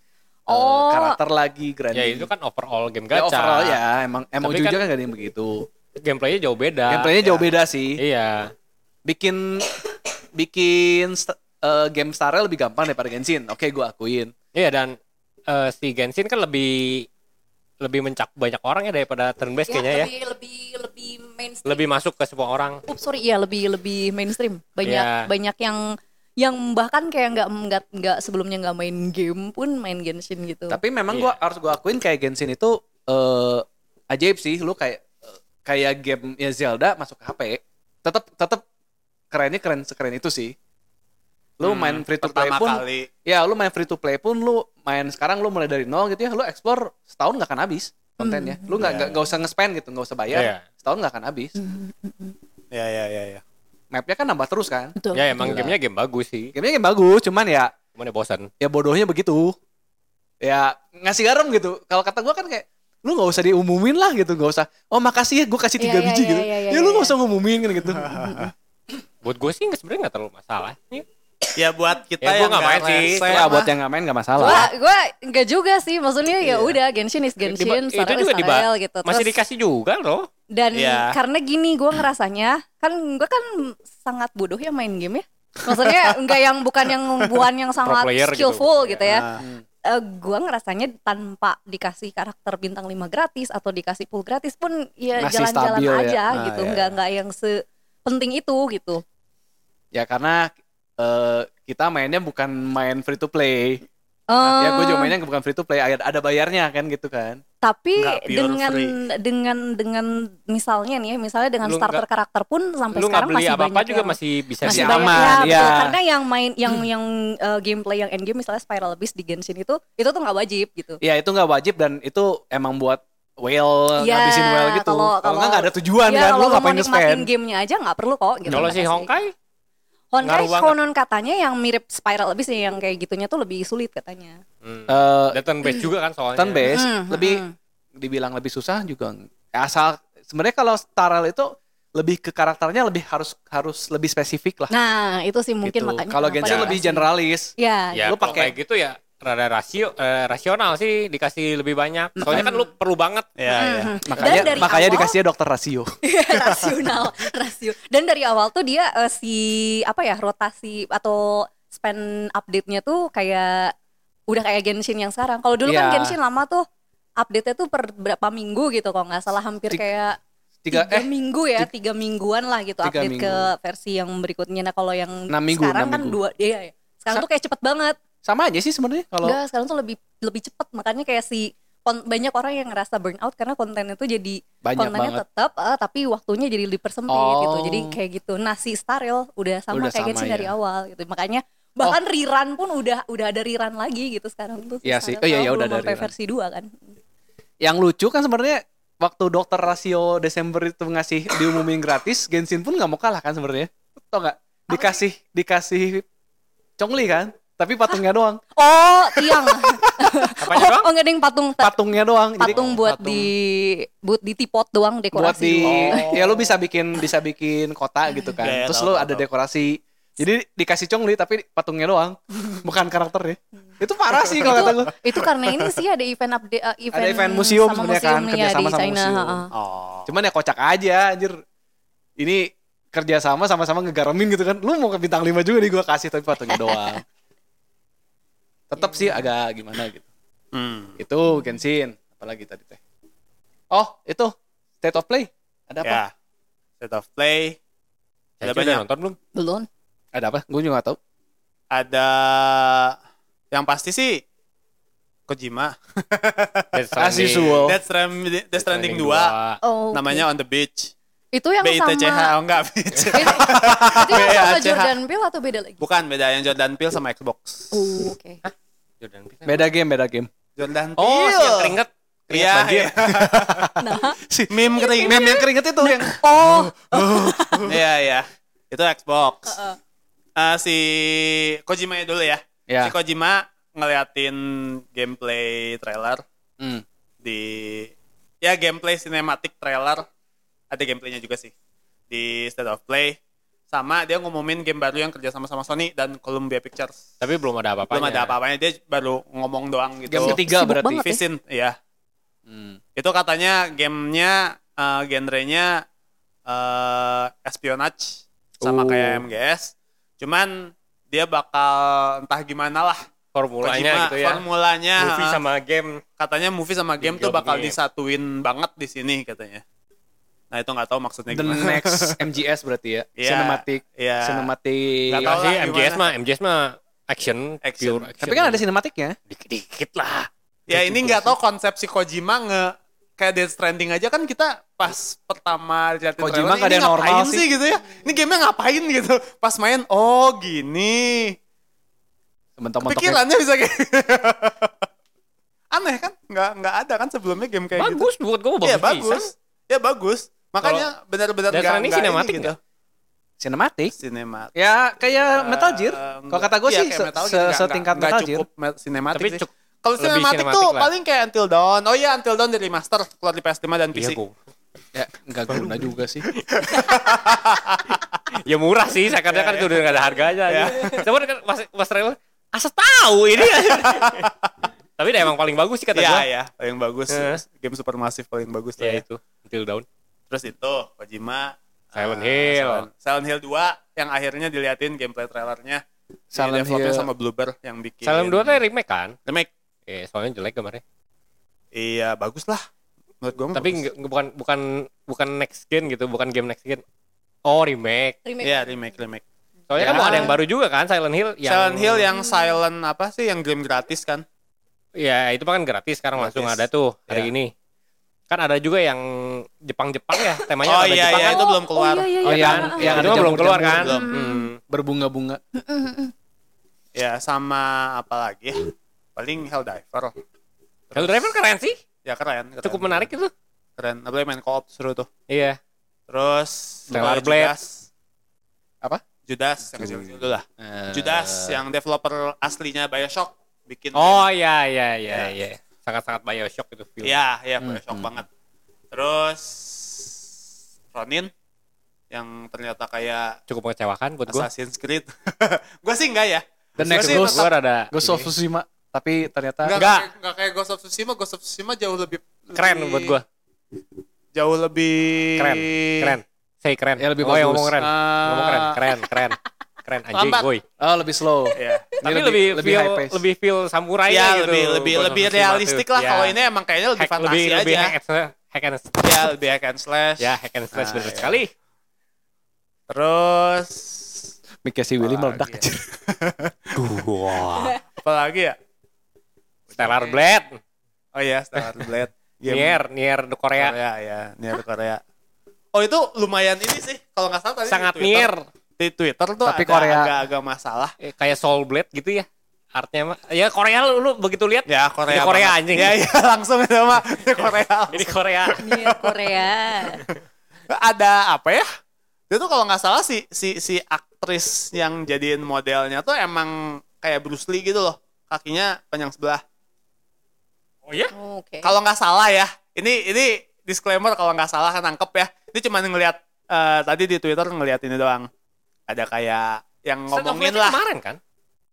eh, Oh. karakter lagi, Ya grinding. itu kan overall game Ya, gacha. overall ya emang emang Tapi jujur kan- kan gak ada yang begitu. Gameplaynya jauh beda. Gameplaynya jauh beda sih. Iya. Bikin bikin st- eh, game style lebih gampang daripada Genshin. Oke, gua akuin. Iya dan eh, si Genshin kan lebih lebih mencakup banyak orang ya daripada turn based kayaknya ya. lebih, lebih lebih mainstream. Lebih masuk ke semua orang. Oh, sorry, iya lebih lebih mainstream. Banyak Iya. banyak yang yang bahkan kayak nggak nggak nggak sebelumnya nggak main game pun main Genshin gitu. Tapi memang Iya. gua harus gua akuin kayak Genshin itu eh ajaib sih lu kayak eh, kayak game ya Zelda masuk ke HP. Tetap tetap kerennya keren sekeren itu sih. Lu Hmm, main free to play pertama pun kali. ya lu main free to play pun lu main sekarang lu mulai dari nol gitu ya lu explore setahun nggak akan habis kontennya. Lu nggak Iya. nggak- nggak usah nge-spend gitu, nggak usah bayar. Iya. Setahun nggak akan habis. Ya ya ya ya. Mapnya kan nambah terus kan. Betul. Ya emang gamenya game bagus sih. Gamenya game bagus, cuman ya Cuman ya bosan. ya bodohnya begitu ya ngasih garam gitu kalau kata gua kan kayak lu nggak usah diumumin lah gitu nggak usah oh makasih ya gue kasih Iya, tiga iya, biji iya, gitu iya, iya, ya lu iya. nggak usah ngumumin kan gitu Buat gue sih nggak- sebenarnya nggak terlalu masalah. Ya buat kita Ya, gua yang nggak main nggak sih. rese ya lah. buat yang nggak main nggak Gua, masalah gua enggak juga sih, maksudnya Iya. ya udah Genshin is Genshin, Diba- Sarel is diba- Sarel gitu. Terus, Masih dikasih juga loh. dan Iya. karena gini gua ngerasanya, kan gua kan sangat bodoh ya main game ya. Maksudnya enggak yang bukan yang bukan yang sangat player gitu. skillful gitu, ya. Nah. Eh, gua ngerasanya tanpa dikasih karakter bintang 5 gratis atau dikasih pool gratis pun ya Masih jalan-jalan stabil ya. aja Ah, gitu, iya. enggak enggak yang sepenting itu gitu. ya karena eh, kita mainnya bukan main free to play ya gue juga Eh, mainnya bukan free to play ada, ada bayarnya kan gitu kan tapi Nggak pure dengan free. dengan dengan misalnya nih ya, misalnya dengan Lu starter nggak- karakter pun sampai Lu nggak sekarang beli masih apa-apa banyak juga yang masih bisa Masih di- banyak- aman, ya, betul. ya. karena yang main yang yang eh, gameplay yang endgame misalnya Spiral Abyss di Genshin itu itu tuh nggak wajib gitu ya itu nggak wajib dan itu emang buat whale Ya, ngabisin whale gitu kalau- kalau kalau- nggak nggak ada tujuan Iya, kan lu kalau lu mau ngapain nikmatin nge-spend gamenya aja nggak perlu kok gitu Kalau si ya. makasih. Honkai Honkai ngaruh banget. konon katanya yang mirip Spiral Abyss nih, yang kayak gitunya tuh lebih sulit katanya hmm. Eh, Iya. Dan turn based juga kan soalnya. turn based Mm, lebih mm. dibilang lebih susah juga asal sebenarnya kalau Starrel itu lebih ke karakternya lebih harus harus lebih spesifik lah nah itu sih mungkin gitu. makanya kalau kenapa Genshin dikasih. lebih generalis ya, Lu Ya, lu pakai- pakai gitu ya rada rasio eh, rasional sih dikasih lebih banyak. Nah, Soalnya kan lu perlu banget Ya ya. makanya Hmm. Dan dari makanya awal- dikasihnya dokter rasio <laughs> rasional rasio dan dari awal tuh dia eh, si apa ya rotasi atau span update-nya tuh kayak udah kayak Genshin yang sekarang kalau dulu kan Iya. Genshin lama tuh update-nya tuh per berapa minggu gitu kalau nggak salah hampir Ti- kayak tiga, tiga eh minggu ya tiga mingguan lah gitu tiga minggu. update ke versi yang berikutnya nah kalau yang Enam minggu, sekarang enam kan minggu. dua iya ya sekarang Sa- tuh kayak cepet banget sama aja sih sebenarnya kalau Enggak, sekarang tuh lebih lebih cepet makanya kayak si kon- banyak orang yang ngerasa burnout karena kontennya tuh jadi Banyak kontennya banget. tetap eh, tapi waktunya jadi dipersempit gitu. Oh. Jadi kayak gitu. Nah, si Staril udah sama Udah kayak sama, Genshin dari ya. awal gitu. Makanya bahkan rerun pun udah udah ada rerun lagi gitu sekarang tuh. si Iya sih. Oh, Staril iya, iya, Belum udah ada sampai rerun. versi 2 kan. yang lucu kan sebenarnya waktu dokter rasio Desember itu ngasih diumumin gratis Genshin pun nggak mau kalah kan sebenarnya tau nggak dikasih dikasih congli kan tapi patungnya doang Oh, <laughs> tiang. apa oh, doang? oh, nggak ada yang patung. Ta- patungnya doang Jadi- patung buat patung. di buat di tipot doang dekorasi. buat di doang. ya lu bisa bikin bisa bikin kota gitu kan Ya, ya, terus Oh. tahu, lu tahu, ada tahu. dekorasi jadi dikasih congli tapi patungnya doang <laughs> bukan karakternya itu parah sih kalau Oh, <laughs> itu, kata gue itu karena ini sih ada event update eh, event, event museum sama sebenarnya kan, museum, ya, kerjasama di sama China. museum. heeh. Oh. cuman ya kocak aja anjir ini kerjasama sama-sama ngegaramin gitu kan lu mau ke bintang 5 juga nih gue kasih tapi patungnya doang Iya. tetap sih agak gimana gitu Hmm. itu Genshin apalagi tadi teh oh itu state of play ada apa Ya. State of play. Ada Ya, Ci, udah banyak. nonton belum? Belum. ada apa gue juga gak tahu Ada yang pasti sih Kojima. Death As Stranding. usual. Oh. Death Stranding, Death Stranding 2. Oh. oke. Namanya On The Beach. itu yang BITCH. sama <laughs> Oh, enggak, <laughs> Beach. itu yang sama BACH. Jordan Peele atau beda lagi? Bukan, beda yang Jordan Peele sama Xbox. Oh, oke. Jordan Peele. beda game beda game Jordan Peele. Oh, si yang keringet. Keringet Iya, banjir. iya. Nah, Si meme kering. meme yang keringet itu yang Nah. oh, <laughs> Iya, iya. Itu Xbox. Heeh. Eh, si Kojima dulu ya. Ya. Si Kojima ngeliatin gameplay trailer hmm. di ya gameplay cinematic trailer. Ada gameplaynya juga sih di State of Play. Sama dia ngumumin game baru yang kerja sama sama Sony dan Columbia Pictures. Tapi ya? belum ada Iya. apa-apa. Belum ada apa-apanya, dia baru ngomong doang gitu. game ketiga sibuk berarti banget. ya? Vision, iya. Hmm. Itu katanya gamenya, eh, genrenya eh espionage sama Oh. kayak MGS. Cuman dia bakal entah gimana lah. Formulanya Kojima, gitu ya. Formulanya. Movie eh, sama game. katanya movie sama game tuh Video bakal game. disatuin banget di sini katanya. Nah itu nggak tahu maksudnya the <laughs> gimana. next MGS berarti ya Iya, cinematic iya. cinematic Nggak tahu Tapi lah MGS gimana. mah, MGS mah action, Action. pure action. tapi kan ada sinematiknya dikit-dikit lah. ya ini nggak tahu konsep si Kojima nge kayak Death Stranding aja kan kita pas pertama lihat Kojima trailernya, nggak ada ini yang normal ngapain sih. sih gitu ya. Ini gamenya ngapain gitu. Pas main oh gini. teman-teman Pikirannya bisa kayak <laughs> aneh kan? Nggak nggak ada kan sebelumnya game kayak gitu. Bagus buat gue bagus. ya pisan. bagus. Ya bagus. Makanya benar-benar Death nggak Stranding nggak ini sinematik gitu. nggak? sinematik Sinematik. Ya kayak Eh, Metal Gear. Kalau kata gue iya, sih kayak se- Metal Gear, se- nggak- setingkat nggak- Metal nggak Gear. cukup me- sinematik Tapi sih. cuk- Kalau lebih sinematik sinematik tuh lah. paling kayak Until Dawn. Oh iya Until Dawn dari master keluar di PS5 dan Iya, PC. Bu. Ya nggak guna juga sih. Ya murah sih, saya katakan ya. itu udah gak ada harganya. Cuman kan mas, mas trailer, asa tahu <laughs> ini. Tapi udah emang paling bagus sih kata Iya gua. ya, paling bagus. Eh. Game super masif paling bagus Ya lah ya. itu, Until Dawn. Terus itu Kojima Silent eh, Hill. Silent, Silent Hill 2 yang akhirnya diliatin gameplay trailernya. Silent Silent Hill Hill. sama Bloober yang bikin. Silent 2 tuh remake kan? remake. Eh, soalnya jelek gambarnya. Iya, bagus lah. Menurut gue Tapi nggak- nggak- bukan bukan bukan next gen gitu, bukan game next gen. Oh, remake. remake. Iya, remake remake. Soalnya kan Ya. mau ada yang baru juga kan Silent Hill yang Silent Hill ya. yang silent apa sih yang game gratis kan? ya itu kan gratis sekarang Gratis. langsung ada tuh hari Ya. ini. Kan ada juga yang Jepang-Jepang ya, temanya Oh, ada iya, Jepang iya, kan. itu belum keluar. Oh, iya, iya, Oh, iya. yang Ah, yang Itu ada mah belum jamur-jamur keluar kan? Belum. Hmm. Berbunga-bunga. Mm, Ya sama apa lagi ya? Paling Helldiver. Hell Driver keren sih, Ya keren, keren. cukup menarik itu. Keren. Apalagi main co-op seru tuh. Iya. Terus Stellar eh, Blade. Judas. Apa? Judas yang kecil Eh. dulu lah. Judas yang developer aslinya BioShock bikin. Oh iya iya iya iya. Sangat-sangat BioShock itu film. Iya, iya Hmm, BioShock banget. Terus Ronin yang ternyata kayak Cukup mengecewakan buat gua. Assassin's Creed. <laughs> gua sih enggak ya. The next sih Ghost tetap- Gua ada Ghost of Tsushima. Tapi ternyata Enggak, Enggak. kayak- enggak kayak Ghost of Tsushima, Ghost of Tsushima jauh lebih keren lebih- buat gua. Jauh lebih Keren, keren. Saya keren. Ya, lebih oh, bagus. yang ngomong keren. Ah. Ngomong keren, keren, keren. Keren anjing, Lambat. woi. oh, lebih slow. Iya. Tapi lebih lebih feel, high pace. lebih feel samurai Iya, gitu. lebih lebih Ghost of lebih Tsushima realistik tuh. lah Ya. kalau ini emang kayaknya lebih hack, fantasi lebih, aja. Lebih hack, and- hack and slash. ya, lebih hack and slash. Ya, hack and slash Nah, bener iya. sekali. Terus Mikir si Willy Apalagi meledak. ya? anjir. Wah. apalagi ya? Stellar Blade, Oh iya, Stellar Blade. Game Nier, Nier the Korea. Korea. ya, Nier Korea. Oh itu lumayan ini sih, kalau nggak salah tadi di Sangat Twitter- Nier, Di Twitter tuh Tapi ada Korea. agak-agak masalah. Eh, kayak Soul Blade gitu ya. Artnya mah ya Korea lu, lu begitu lihat Ya Korea. Ini Korea, banget. anjing. Ya, ya <laughs> langsung sama ini <laughs> Korea. ini Korea. Iya, Korea. <laughs> ada apa ya? Dia tuh kalau nggak salah si si si aktris yang jadiin modelnya tuh emang kayak Bruce Lee gitu loh, kakinya panjang sebelah. Oh ya? Oh, Oke. Kalau nggak salah ya, ini ini disclaimer kalau nggak salah nangkep ya. Ini cuma ngelihat eh, tadi di Twitter ngelihat ini doang. Ada kayak yang ngomongin lah kemarin kan.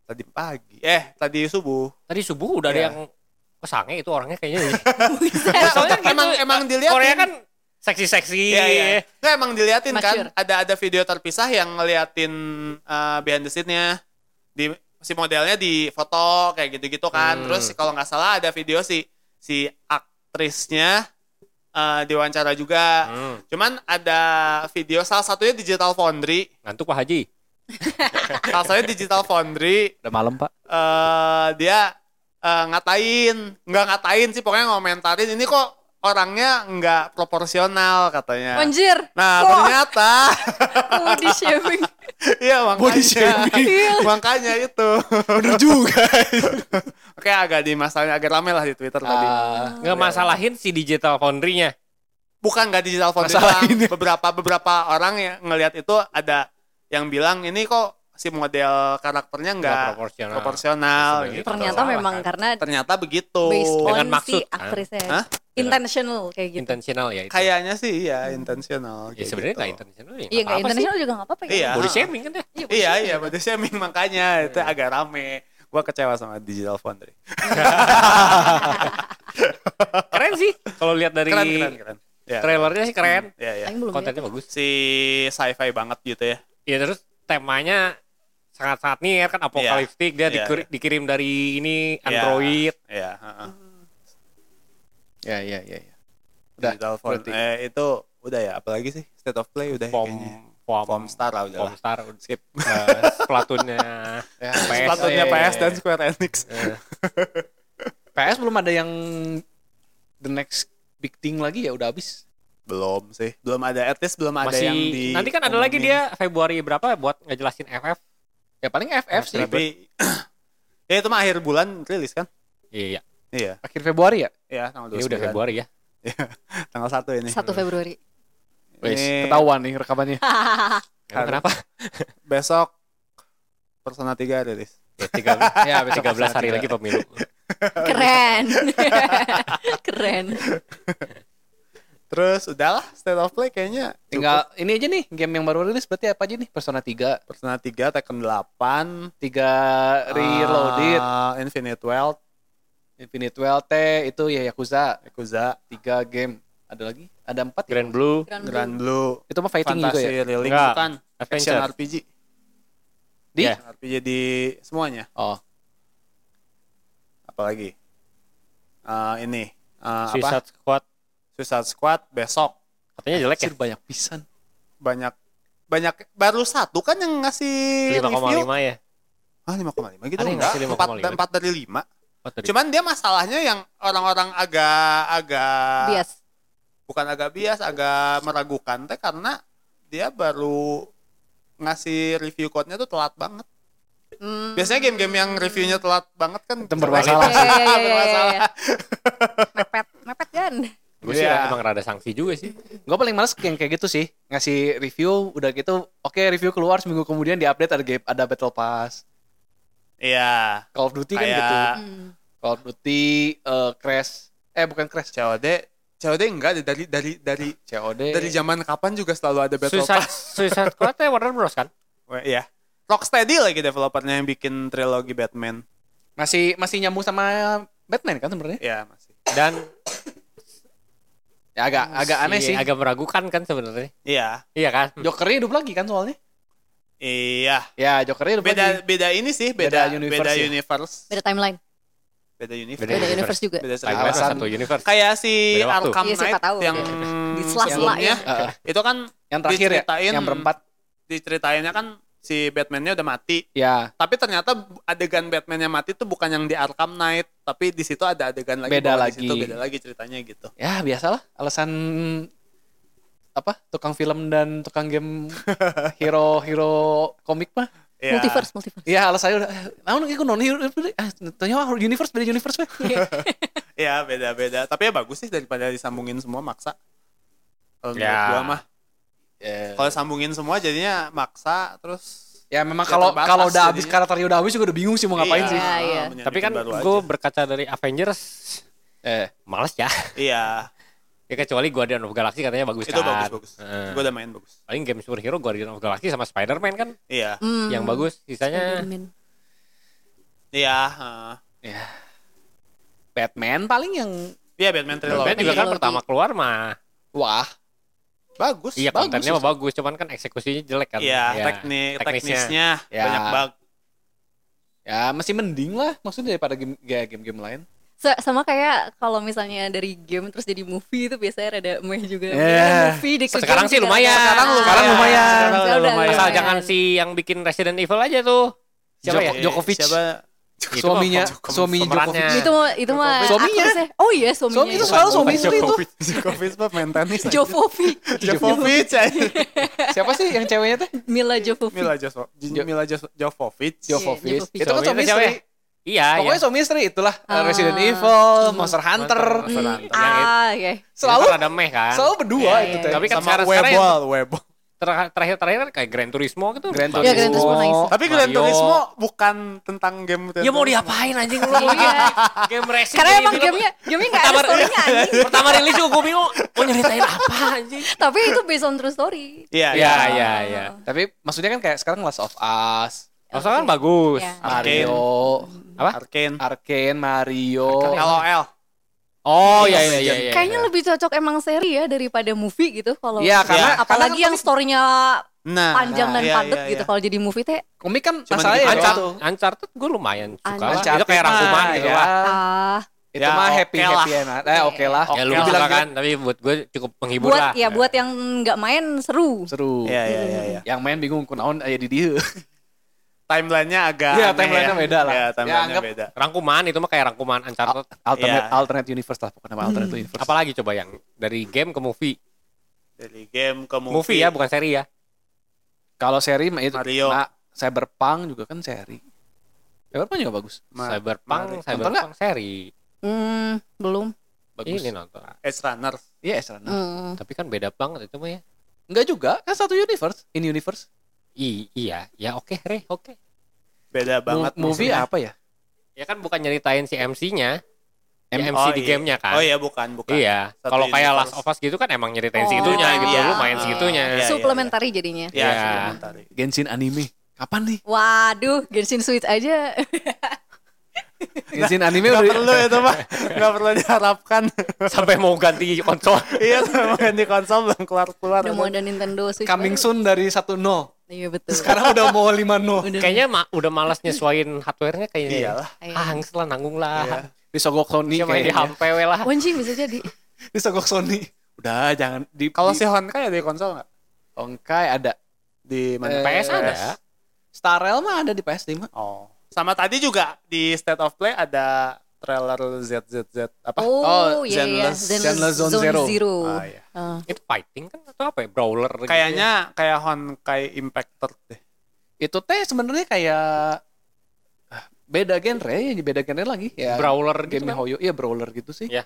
tadi pagi. Eh, tadi subuh. Tadi subuh udah ada Iya. yang kesange itu orangnya <laughs> kayaknya. Soalnya kan gitu, eh, emang emang dilihat Korea kan seksi-seksi. Iya, iya. Nggak, emang diliatin Mature. kan. Ada ada video terpisah yang ngeliatin eh, behind the scene-nya. Di si modelnya di foto kayak gitu-gitu kan. Hmm. Terus kalau nggak salah ada video si si ak- aktrisnya eh, diwawancara juga. Hmm. Cuman ada video salah satunya Digital Foundry, Ngantuk Pak Haji. salah satunya Digital Foundry Udah malam pak. eh dia eh, ngatain, nggak ngatain sih pokoknya ngomentarin ini kok orangnya nggak proporsional katanya. Anjir. Nah kok ternyata, <laughs> body shaming. iya makanya, Body shaming. Iya. <laughs> makanya itu. Bener juga. <laughs> Oke agak di masalahnya agak rame lah di Twitter tadi. Ah. Nggak masalahin si digital foundry-nya. Bukan nggak digital foundry Masalah doang. ini. beberapa beberapa orang yang ngelihat itu ada yang bilang ini kok si model karakternya nggak Nggak proporsional." proporsional gitu. Ternyata Salah, memang kan? karena Ternyata begitu. based on Dengan si maksud, kan? aktrisnya. Hah? Intentional kayak gitu. Intentional ya itu. Kayaknya sih ya intensional. ya kayak sebenarnya gitu. nggak intentional ya. Iya, nggak nggak apa-apa sih. intentional juga nggak apa-apa ya. Iya. Body shaming kan deh. body Iya shaming. iya body shaming makanya Iya. itu agak rame. Gua kecewa sama Digital Foundry. Keren sih kalau lihat dari Keren keren keren. Ya. trailernya sih keren. Ya, ya. Aing belum lihat. Kontennya bagus. Si sci-fi banget gitu ya. Ya terus temanya sangat-sangat nih kan apokaliptik dia Iya. dikir- dikirim dari ini Ya. Android. Ya, heeh. Ya ya ya. ya. Udah, Digital berarti. Foundry. Eh, itu udah ya apalagi sih State of Play udah ya Form, kayaknya. form, Form Star lah udah Form lah. Star, Skip. <laughs> eh, Splatoon-nya Ya, PS. Splatoon-nya eh, PS dan Square Enix. eh, PS belum ada yang the next big thing lagi ya udah habis. Belum sih. Belum ada at least belum ada masih yang di nanti kan ada lagi dia Februari berapa buat ngejelasin FF Ya paling FF sih. Nah, Tapi <clears throat> ya itu mah akhir bulan rilis kan? iya iya Iya. Akhir Februari ya. kan. Iya, tanggal 29. ini udah Februari ya Tanggal 1 ini. Iya. 1 <laughs> Februari. Wes, Ini- ketahuan nih rekamannya. Emang kenapa Besok Persona 3 rilis. ya, <laughs> tiga, ya, besok 13 hari Persona lagi tiga. pemilu Keren. Iya. <laughs> Keren. Terus udahlah State of Play kayaknya Tinggal ini aja nih game yang baru rilis berarti apa aja nih? Persona 3, cukup. Persona 3, Tekken 8, 3 Reloaded, ah, Infinite Wealth, Infinite Wealth, T, itu ya Yakuza, Yakuza, 3 game. Ada lagi? Ada 4 ya? Grand Blue Keren Grand Blue, Itu mah fighting juga ya? Fantasy Relink Enggak. bukan, Action Adventure RPG. Di? Ya. Action RPG di semuanya, Oh, apalagi Ah, ini ah, apa? Suicide Squad Suicide Squad besok katanya jelek ya Anjir, banyak pisan. banyak banyak baru satu kan yang ngasih 5,5 review. ya Ah, 5,5 gitu Ada yang enggak? ngasih 4, 5,5. dari 5. What the- Cuman dia masalahnya yang orang-orang agak agak Bias. bukan agak bias, agak meragukan teh karena dia baru ngasih review code-nya tuh telat banget. Hmm. Biasanya game-game yang reviewnya telat banget kan Itu bermasalah Iya, iya, iya, iya, iya. bermasalah. Mepet, mepet kan. gue sih Iya. emang rada sanksi juga sih Gue paling males yang kayak gitu sih. Ngasih review, udah gitu, oke review keluar seminggu kemudian diupdate ada game, ada Battle Pass. Iya. Call of Duty kan Kayak- gitu. Hmm. Call of Duty, eh, Crash, eh bukan Crash, COD COD enggak deh, dari dari dari COD. dari zaman kapan juga selalu ada Battle Suicide, Pass. Suicide Squad teh Warner Bros kan Wah, Iya. Rocksteady lagi developernya yang bikin trilogi Batman. masih masih nyambung sama Batman kan sebenarnya? Iya, masih. dan Ya agak agak aneh iya, sih. agak meragukan kan sebenarnya Iya. iya kan Jokernya hidup lagi kan soalnya? Iya. Ya Jokernya hidup Beda lagi. beda ini sih, Beda beda beda universe. universe Beda ya. universe. Beda timeline, Beda universe. beda universe. universe juga. Beda Timeline seragam. alasan. satu universe kayak si Beda waktu. Arkham Iya, siapa Knight tahu. yang Di ya. sela-sela sebelumnya Heeh. itu kan yang terakhir ya, Diceritain- yang berempat. diceritainnya kan si Batman-nya udah mati Ya, tapi ternyata adegan Batman-nya mati tuh bukan yang di Arkham Knight tapi di situ ada adegan lagi Beda bahwa lagi. di situ beda lagi ceritanya gitu ya biasalah alasan apa tukang film dan tukang <laughs> game hero hero komik mah ya. Multiverse, multiverse. ya alasannya udah eh, naon iku non hero ah tanya wah, universe beda universe weh <laughs> ya beda-beda tapi ya bagus sih daripada disambungin semua maksa kalau Ya. menurut gua mah ya, kalau sambungin semua jadinya maksa terus ya memang Ya, kalau terbatas kalau udah habis jadinya. karakternya udah habis juga udah bingung sih mau ngapain Iya, sih Iya, iya. menyelidiki tapi kan baru gue aja. berkaca dari Avengers eh males ya iya ya kecuali Guardian of Galaxy katanya bagus itu kan bagus bagus Heeh. gua udah main bagus paling game superhero Guardian of Galaxy sama Spider-Man kan iya Hmm. yang bagus sisanya Spider-Man. iya heeh. ya Batman paling yang iya Batman trilogi Batman juga kan Trilogy. pertama keluar mah wah bagus iya Bagus, kontennya mah bagus cuman kan eksekusinya jelek kan Iya, teknik teknisnya. Iya. teknisnya Ya. banyak bug. ya masih mending lah maksudnya daripada game kayak game-game lain Se- sama kayak kalau misalnya dari game terus jadi movie itu biasanya rada meh juga. Yeah. Mendingan Movie dikekang Iya. Sekarang sih gara-gara- lumayan. Sekarang lumayan. Sekarang lumayan. Sekarang Sekarang udah lumayan. Asal lumayan. jangan si yang bikin Resident Evil aja tuh. Siapa Joko- ya? Joko- Djokovic. Siapa? Itu suaminya mah kom- suaminya pemerannya. Djokovic Itu mah- itu mah Suaminya. aktrisnya. Oh iya suaminya. Suami itu ya. selalu suami istri itu. <laughs> Djokovic apa main tenis? aja. Jovovic. Djokovic. aja. Siapa sih yang ceweknya teh? Mila Jovovic. Mila Joso, Jo- Mila Joso, Jovovic. Jo- Djokovic. Djokovic. Itu kan suami Suaminya siapa istri. ya? Iya, Pokoknya iya. suami istri itulah Ah. Resident Evil, Monster Hunter. Hmm. Monster Hunter. Yang itu- Hmm. Ah, oke. Selalu ada meh kan. selalu berdua Iya, itu iya. teh. Tapi kan sama sekarang sekarang yang Webol, Webol. ter- terakhir-terakhir kan kayak Gran Turismo gitu. Grand Bagus. Ya, Gran Turismo nice. Tapi Gran Mario. Turismo bukan tentang game. Ya mau diapain anjing lu lagi Iya. Ah, game racing. Karena jadi emang film. gamenya gamenya nggak ada Pertama- storynya anjing. Pertama rilis juga gue <laughs> bingung mau nyeritain apa anjing. Tapi itu based on true story. Oh, Iya, Iya, iya. iya, iya. Tapi maksudnya kan kayak sekarang Last of Us, Maksudnya kan bagus. Iya. Mario, Apa? Arcane. Arcane, Mario. LOL. Oh iya iya iya. iya. Kayaknya lebih cocok emang seri ya daripada movie gitu kalau Iya, karena- apalagi karena- yang storynya Nah, panjang dan iya, padat iya, gitu iya. kalau jadi movie teh Komik kan Cuman masalahnya ya dikit Ancar, aja. itu. Uncharted gue lumayan suka lah. Uncharted gitu Itu kayak rangkuman mah, gitu ya. lah. ah Itu Ya, mah oke happy lah. happy enak. Eh oke lah. Ya Oke lu lah. suka bilang kan, tapi buat gue cukup menghibur buat lah. iya. ya buat yang nggak main seru. seru. Iya, iya, iya, iya. Yang main bingung kunaon aya di dieu. Timelinenya agak Iya, aneh timelinenya beda lah. Iya, Ya, timelinenya anggap- beda. Rangkuman itu mah kayak rangkuman Uncharted. Alternate Iya. alternate universe lah pokoknya nama alternate universe. Apalagi coba yang dari game ke movie. Dari game ke movie. Movie ya, bukan seri ya. Kalau seri mah itu Mario. Nah, Cyberpunk juga kan seri. Cyberpunk juga bagus. Ma- Cyberpunk, Mari. Nonton Cyberpunk seri. Hmm, belum. Bagus. Ini nonton. Edge Runner. Iya, Ezra. Miller. Hmm. Tapi kan beda banget itu mah ya. Enggak juga, kan satu universe, in universe. I- iya, ya oke, Re, oke. Beda banget. Oh, Mo- movie maksudnya. apa ya? Ya kan bukan nyeritain si MC-nya. Ya, M- MC oh, di iya. gamenya kan. Oh iya, bukan, bukan. Iya, Satu kalau kayak Last universe. of Us gitu kan emang nyeritain Oh. segitunya gitu, Iya. lu main segitunya. Iya, iya, Suplementari jadinya. Iya, Iya. suplementari. Genshin anime. Kapan nih? Waduh, Genshin Switch aja. Genshin anime Nggak udah perlu ya. itu mah. Nggak perlu diharapkan. <laughs> Sampai mau ganti konsol. Iya, sama ganti konsol belum keluar-keluar. udah mau ada Nintendo Switch. coming baru. soon dari 1.0. Iya betul. Sekarang udah mau <laughs> 5.0. Udah. kayaknya ma- udah malas nyesuaiin hardware-nya kayaknya. Iyalah. Iya. Ayo. Ah, hangs lah, nanggung lah. Disogok Sony Siapa yang di kayaknya. HP we lah. Oh, anjing bisa jadi. Disogok Sony. Udah jangan di Kalau di- si Honkai ada di konsol nggak? Honkai ada. Di mana? Eh, PS ada. Iya. Star Rail mah ada di PS5. Oh. Sama tadi juga di State of Play ada trailer ZZZ apa? Oh, iya iya. Zenless- Zenless Zone Zero. Ah, iya. Ah. Itu fighting kan atau apa ya? Brawler gitu. Kayaknya kayak Honkai Impactor deh. Itu teh sebenarnya kayak ah, beda genre ya, beda genre lagi ya. brawler gitu. game Kan. Hoyo, iya brawler gitu sih. Iya.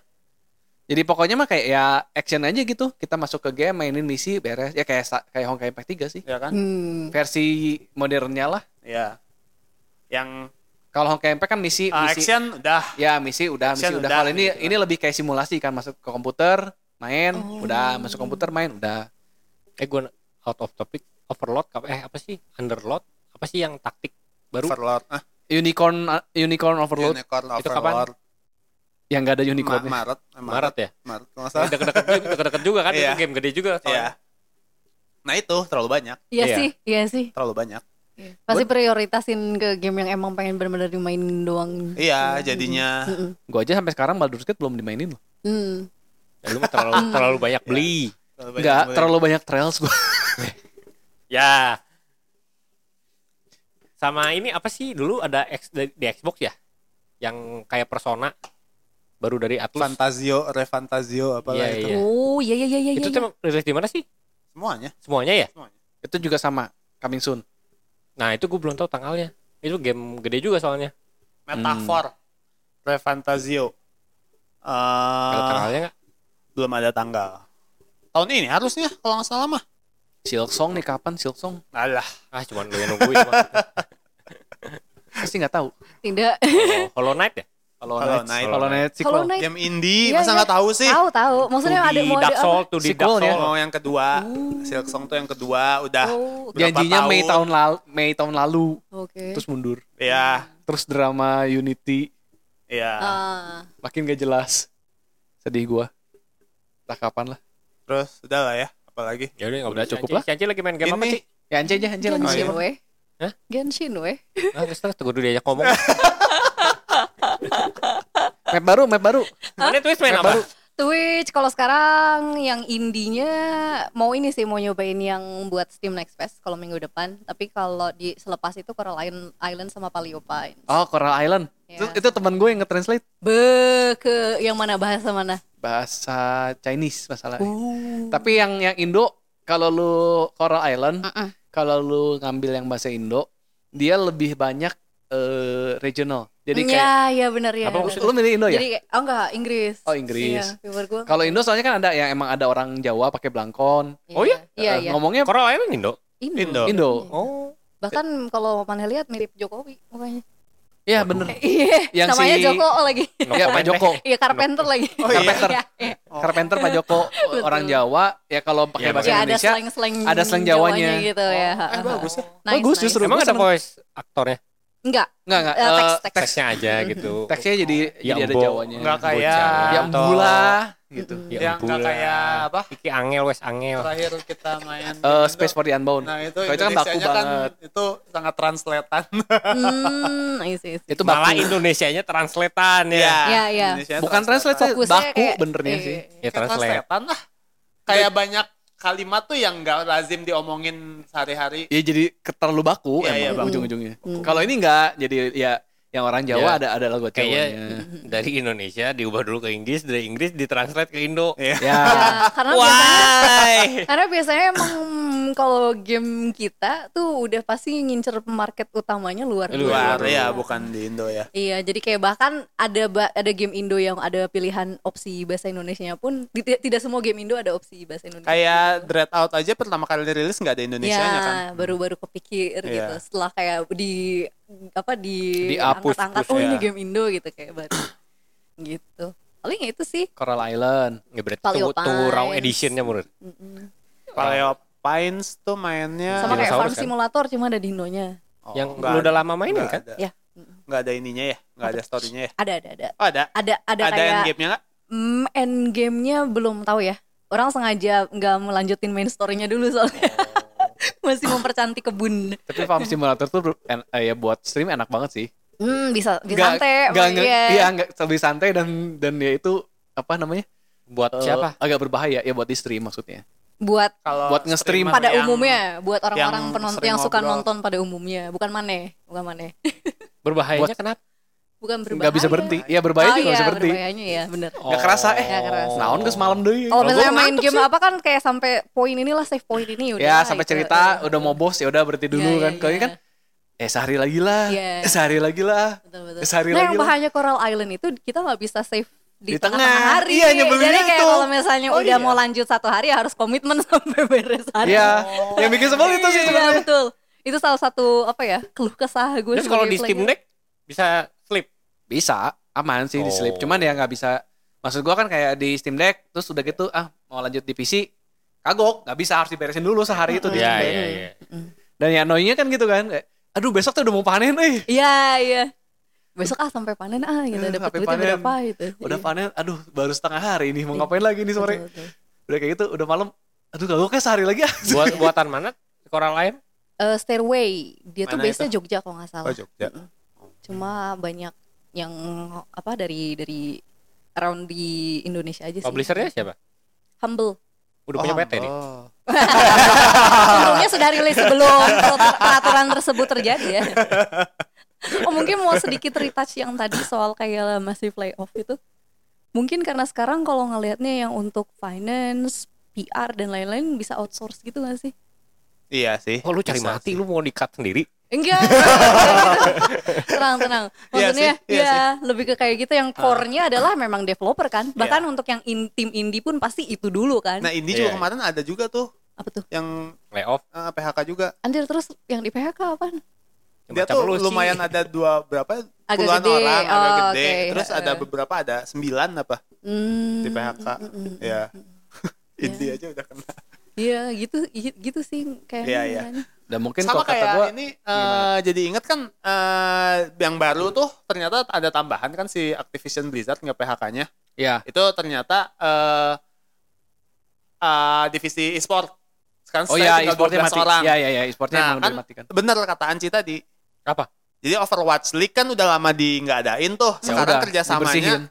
Jadi pokoknya mah kayak ya action aja gitu. Kita masuk ke game, mainin misi, beres. Ya kayak sa- kayak Honkai Impact 3 sih. Ya kan? Hmm. Versi modernnya lah. Iya. Yang Kalau Honkai Impact kan misi ah, misi action udah ya misi udah misi action udah. udah, Kalau ini gitu. ini lebih kayak simulasi kan masuk ke komputer, main, udah masuk komputer main, udah. Eh gue out of topic. Overload apa- eh apa sih? Underload apa sih yang taktik baru? Overlord. Ah, Unicorn uh, Unicorn Overload Unicorn Itu kapan? Overlord. yang gak ada Ma- unicornnya. Maret, Maret ya? Maret kalau nggak salah. Deket-deket juga, deket-deket juga kan Iya. itu game gede juga Iya. soalnya. Nah itu terlalu banyak, Iya Iya. sih, iya sih. terlalu banyak. Pasti prioritasin ke game yang emang pengen benar-benar dimainin doang. Iya, jadinya Mm-mm. Gue aja sampai sekarang Baldur's Gate belum dimainin loh. Hmm. Ya, lu mah terlalu terlalu banyak beli. terlalu banyak Enggak, beli. terlalu banyak trails gue. Ya. Sama ini apa sih dulu ada X, di, di Xbox ya? Yang kayak Persona baru dari Atlus. Fantasio, Refantasio apalah Iya, itu. iya. Oh, iya iya iya iya. itu iya. tuh rilis di mana sih? Semuanya. Semuanya ya? Itu juga sama, coming soon. Nah, itu gue belum tahu tanggalnya. Itu game gede juga soalnya. Metafor. Hmm. Refantasio. Ada Eh tanggalnya nggak? belum ada tanggal. Tahun ini harusnya kalau nggak salah mah. Silksong nih kapan Silksong? Alah. Ah, cuman lu yang nungguin. <laughs> cuma. Pasti nggak tahu. iya. tidak. Hollow- Hollow Knight ya? Kalau Hollow Knight, Knight. Hollow Knight sequel. Hollow Knight Game indie, Iya, masa iya. nggak tahu sih? Tahu tahu. Maksudnya ada di mau ada Dark Soul, apa? tuh di Dark Sequel ya? Soul. Mau yang kedua, Oh. Silk Song tuh yang kedua udah. Oh, oke. Berapa Janjinya Mei tahun? tahun lalu, Mei tahun lalu Oke. terus mundur. Iya, Terus drama Unity iya. Ah. makin gak jelas. Sedih gua. Entah kapan lah. Terus udah lah ya, apalagi. Ya udah nggak Udah usah. cukup Cianci- Cianci lagi main game apa Ini. sih? Ya anjay aja anjay lagi. Genshin Oh, iya. weh. Hah? Genshin weh. <laughs> Ah, terus terus gue dulu diajak ngomong. Map baru, map baru. Mana Twitch main Yang apa? baru. Twitch kalau sekarang yang indinya mau ini sih mau nyobain yang buat Steam Next Fest kalau minggu depan. Tapi kalau di selepas itu Coral Island, Island sama Paleopine. Oh, Coral Island. Ya. Itu, itu teman gue yang nge-translate Be ke yang mana bahasa mana? bahasa Chinese masalahnya. Oh. Tapi yang yang Indo kalau lu Coral Island, Mm-mm. kalau lu ngambil yang bahasa Indo, dia lebih banyak eh, regional. Jadi kayak ya, ya benar ya. Apa maksudnya? lu milih Indo ya? Jadi oh enggak Inggris. Oh, Inggris. Iya, viewer gua. Kalau Indo soalnya kan ada yang emang ada orang Jawa pakai blangkon. Iya. Oh iya? Iya, Eh, iya. Ngomongnya Coral Island Indo. Indo. Indo. Indo. Oh. Bahkan kalau mana lihat mirip Jokowi mukanya. <laughs> Iya, bener. Iya, Yang namanya si- Joko lagi. No Iya, Pak comment Joko. deh. Iya, Carpenter lagi. Oh, iya? Carpenter. Iya, iya. Carpenter Pak Joko orang Jawa ya kalau pakai Iya, bahasa Ya, ada Indonesia slang-slang ada slang Jawanya. gitu ya. eh, bagus ya. Nice, Bagus justru. Emang Gua ada seneng. voice aktornya? Enggak, enggak enggak Eh, eh, teks, teks. teks. Teksnya aja gitu. teksnya jadi jadi ada embo. Jawanya. Nggak kayak- Bocah. Ya Atau- bula gitu. Ya Yang nggak ampun kayak lah. apa? Iki angel wes angel. Terakhir kita Eh, main Indo. space for the unbound. Nah itu Kalau itu kan baku Indonesianya kan banget. Iya. itu sangat translatean. Hmm, isi, isi. Itu Malah baku. Indonesianya translatean ya. Iya, iya. Indonesianya Bukan translate sih, Fokusnya baku kayak- benernya iya, sih. iya. Ya Kayak translate. translatean lah. Iya. Kayak banyak kalimat tuh yang nggak lazim diomongin sehari-hari. Ya jadi ke- terlalu baku Iya, iya, emang baku. ujung-ujungnya. Hmm. Kalau ini enggak jadi ya yang orang Jawa Ya. Iya. ada ada lagu Kayaknya Jawanya. <laughs> dari Indonesia diubah dulu ke Inggris, dari Inggris ditranslate ke Indo. Ya. Ya, karena biasanya <laughs> Why? karena biasanya emang kalau game kita tuh udah pasti ngincer market utamanya luar Luar Luar, Iya, ya, bukan di Indo ya. Iya, jadi kayak bahkan ada ba- ada game Indo yang ada pilihan opsi bahasa Indonesia pun di- tidak, tidak semua game Indo ada opsi bahasa Indonesia. Kayak Iya, Dread Out aja pertama kali dirilis nggak ada ya, Indonesianya kan. baru-baru kepikir Iya. gitu. Setelah kayak di apa di Dihapus, angkat-angkat, push, oh ini ya. game Indo gitu kayak baru. gitu. Paling ya itu sih. Coral Island. Ya berarti Paleo tunggu, tunggu raw Pines. editionnya menurut. Mm-mm. Paleo Pines tuh mainnya Sama kayak dinosaurus Farm kan? Simulator cuma ada di Indonya. Oh, yang nggak lu ada- udah lama mainin nggak kan? ada. Ya. Nggak ada ininya ya, nggak ada storynya ya. Ada ada ada. Oh, ada. Ada ada, Ada, kayak endgame-nya nggak? mm, end game-nya belum tahu ya. Orang sengaja nggak melanjutin main story-nya dulu soalnya. <laughs> Masih mempercantik kebun. Tapi Farm Simulator tuh en- eh, ya buat stream enak banget sih. Hmm, bisa bisa Nggak- santai. nggak- emang, nggak- iya. Iya, nggak lebih santai dan dan ya itu apa namanya? Buat Eh, siapa? Agak berbahaya ya buat di stream maksudnya. Buat Kalau Buat nge-stream. streamer pada yang- umumnya, buat orang-orang yang penonton sering yang suka ngobrol. nonton pada umumnya, bukan maneh, bukan maneh. <laughs> Berbahayanya Buat- kenapa? Bukan berbahaya. Nggak bisa berhenti. Ya berbahaya Oh juga nggak iya, bisa berhenti. berbahayanya ya, bener. Nggak kerasa eh. Nggak kerasa. Naon ke semalam deh. Kalau gua misalnya main ngantuk game sih. apa kan kayak sampai poin inilah save point ini udah. ya sampai gitu. cerita Iya, udah mau bos ya udah berhenti dulu Iya, kan. iya, Kalau ini iya. kan eh sehari lagi lah, Iya. eh, sehari lagi lah, Betul, betul. eh, sehari Nah lagi yang lah. bahaya Coral Island itu kita nggak bisa save di, Di tengah. hari. Iya, nyebelinnya Jadi kayak itu. kalau misalnya Oh, udah iya. mau lanjut satu hari ya harus komitmen <laughs> sampai beres hari. Iya, yang bikin sebel itu sih Iya, sebenarnya. betul. Itu salah satu apa ya keluh kesah gue. Terus kalau di sebagai Steam player. Deck bisa slip. Bisa, aman sih di sleep. Oh. Cuman ya nggak bisa. Maksud gua kan kayak di Steam Deck, terus udah gitu ah mau lanjut di PC, kagok, nggak bisa harus diberesin dulu sehari itu di Iya, Steam Deck. iya, iya. Dan ya annoyingnya kan gitu kan, kayak, aduh besok tuh udah mau panen, eh Iya iya. Besok ah sampai panen ah gitu Eh, dapat sampai duitnya panen. berapa gitu. udah Iya, panen, aduh baru setengah hari nih mau ngapain lagi nih betul, sore? betul. Udah kayak gitu, udah malam, aduh kagoknya sehari lagi ah. Buat buatan mana? Coral Island? Eh, stairway dia tuh Mana biasanya Jogja kalau nggak salah. Oh, Jogja. Cuma banyak yang apa dari dari around di Indonesia aja sih. Publishernya siapa? Humble. Udah punya PT nih. Oh. Sebelumnya sudah rilis sebelum per- peraturan tersebut terjadi <laughs> ya. Oh mungkin mau sedikit retouch yang tadi soal kayak masih playoff itu. Mungkin karena sekarang kalau ngelihatnya yang untuk finance, PR dan lain-lain bisa outsource gitu gak sih? Iya sih. Oh lu cari Bisa sih. mati, lu mau di-cut sendiri. Enggak. <laughs> tenang, tenang. Maksudnya Iya sih, Ah. iya ya lebih ke kayak gitu yang core-nya adalah memang developer kan. Bahkan untuk yang in- tim indie pun pasti itu dulu kan. Iya. Nah, Indi juga Iya. kemarin ada juga tuh Apa tuh? yang Layoff. eh, PHK juga. Anjir terus yang di PHK apaan? Dia Ya, Macam tuh lu sih. lumayan ada dua berapa ya? Agak puluhan gede. orang, agak Oh, gede. oke. Terus ada Heeh. beberapa ada sembilan apa Hmm, di PHK. mm, mm, Ya. Iya. Indi aja udah kena. Iya gitu i- gitu sih kayak Iya, iya. Dan mungkin Sama kalau kata kayak gua ini eh, jadi inget kan eh, yang baru tuh ternyata ada tambahan kan si Activision Blizzard nggak PHK-nya. ya Itu ternyata eh eh, divisi e-sport. Sekarang Oh saya ya, tinggal e-sportnya 12 mati. orang. Ya, ya, ya, e-sportnya Nah, emang kan udah mati kan. bener kata Anci tadi. Apa? Jadi Overwatch League kan udah lama di nggak adain tuh. Ya Sekarang udah, kerjasamanya dibersihin. Nah,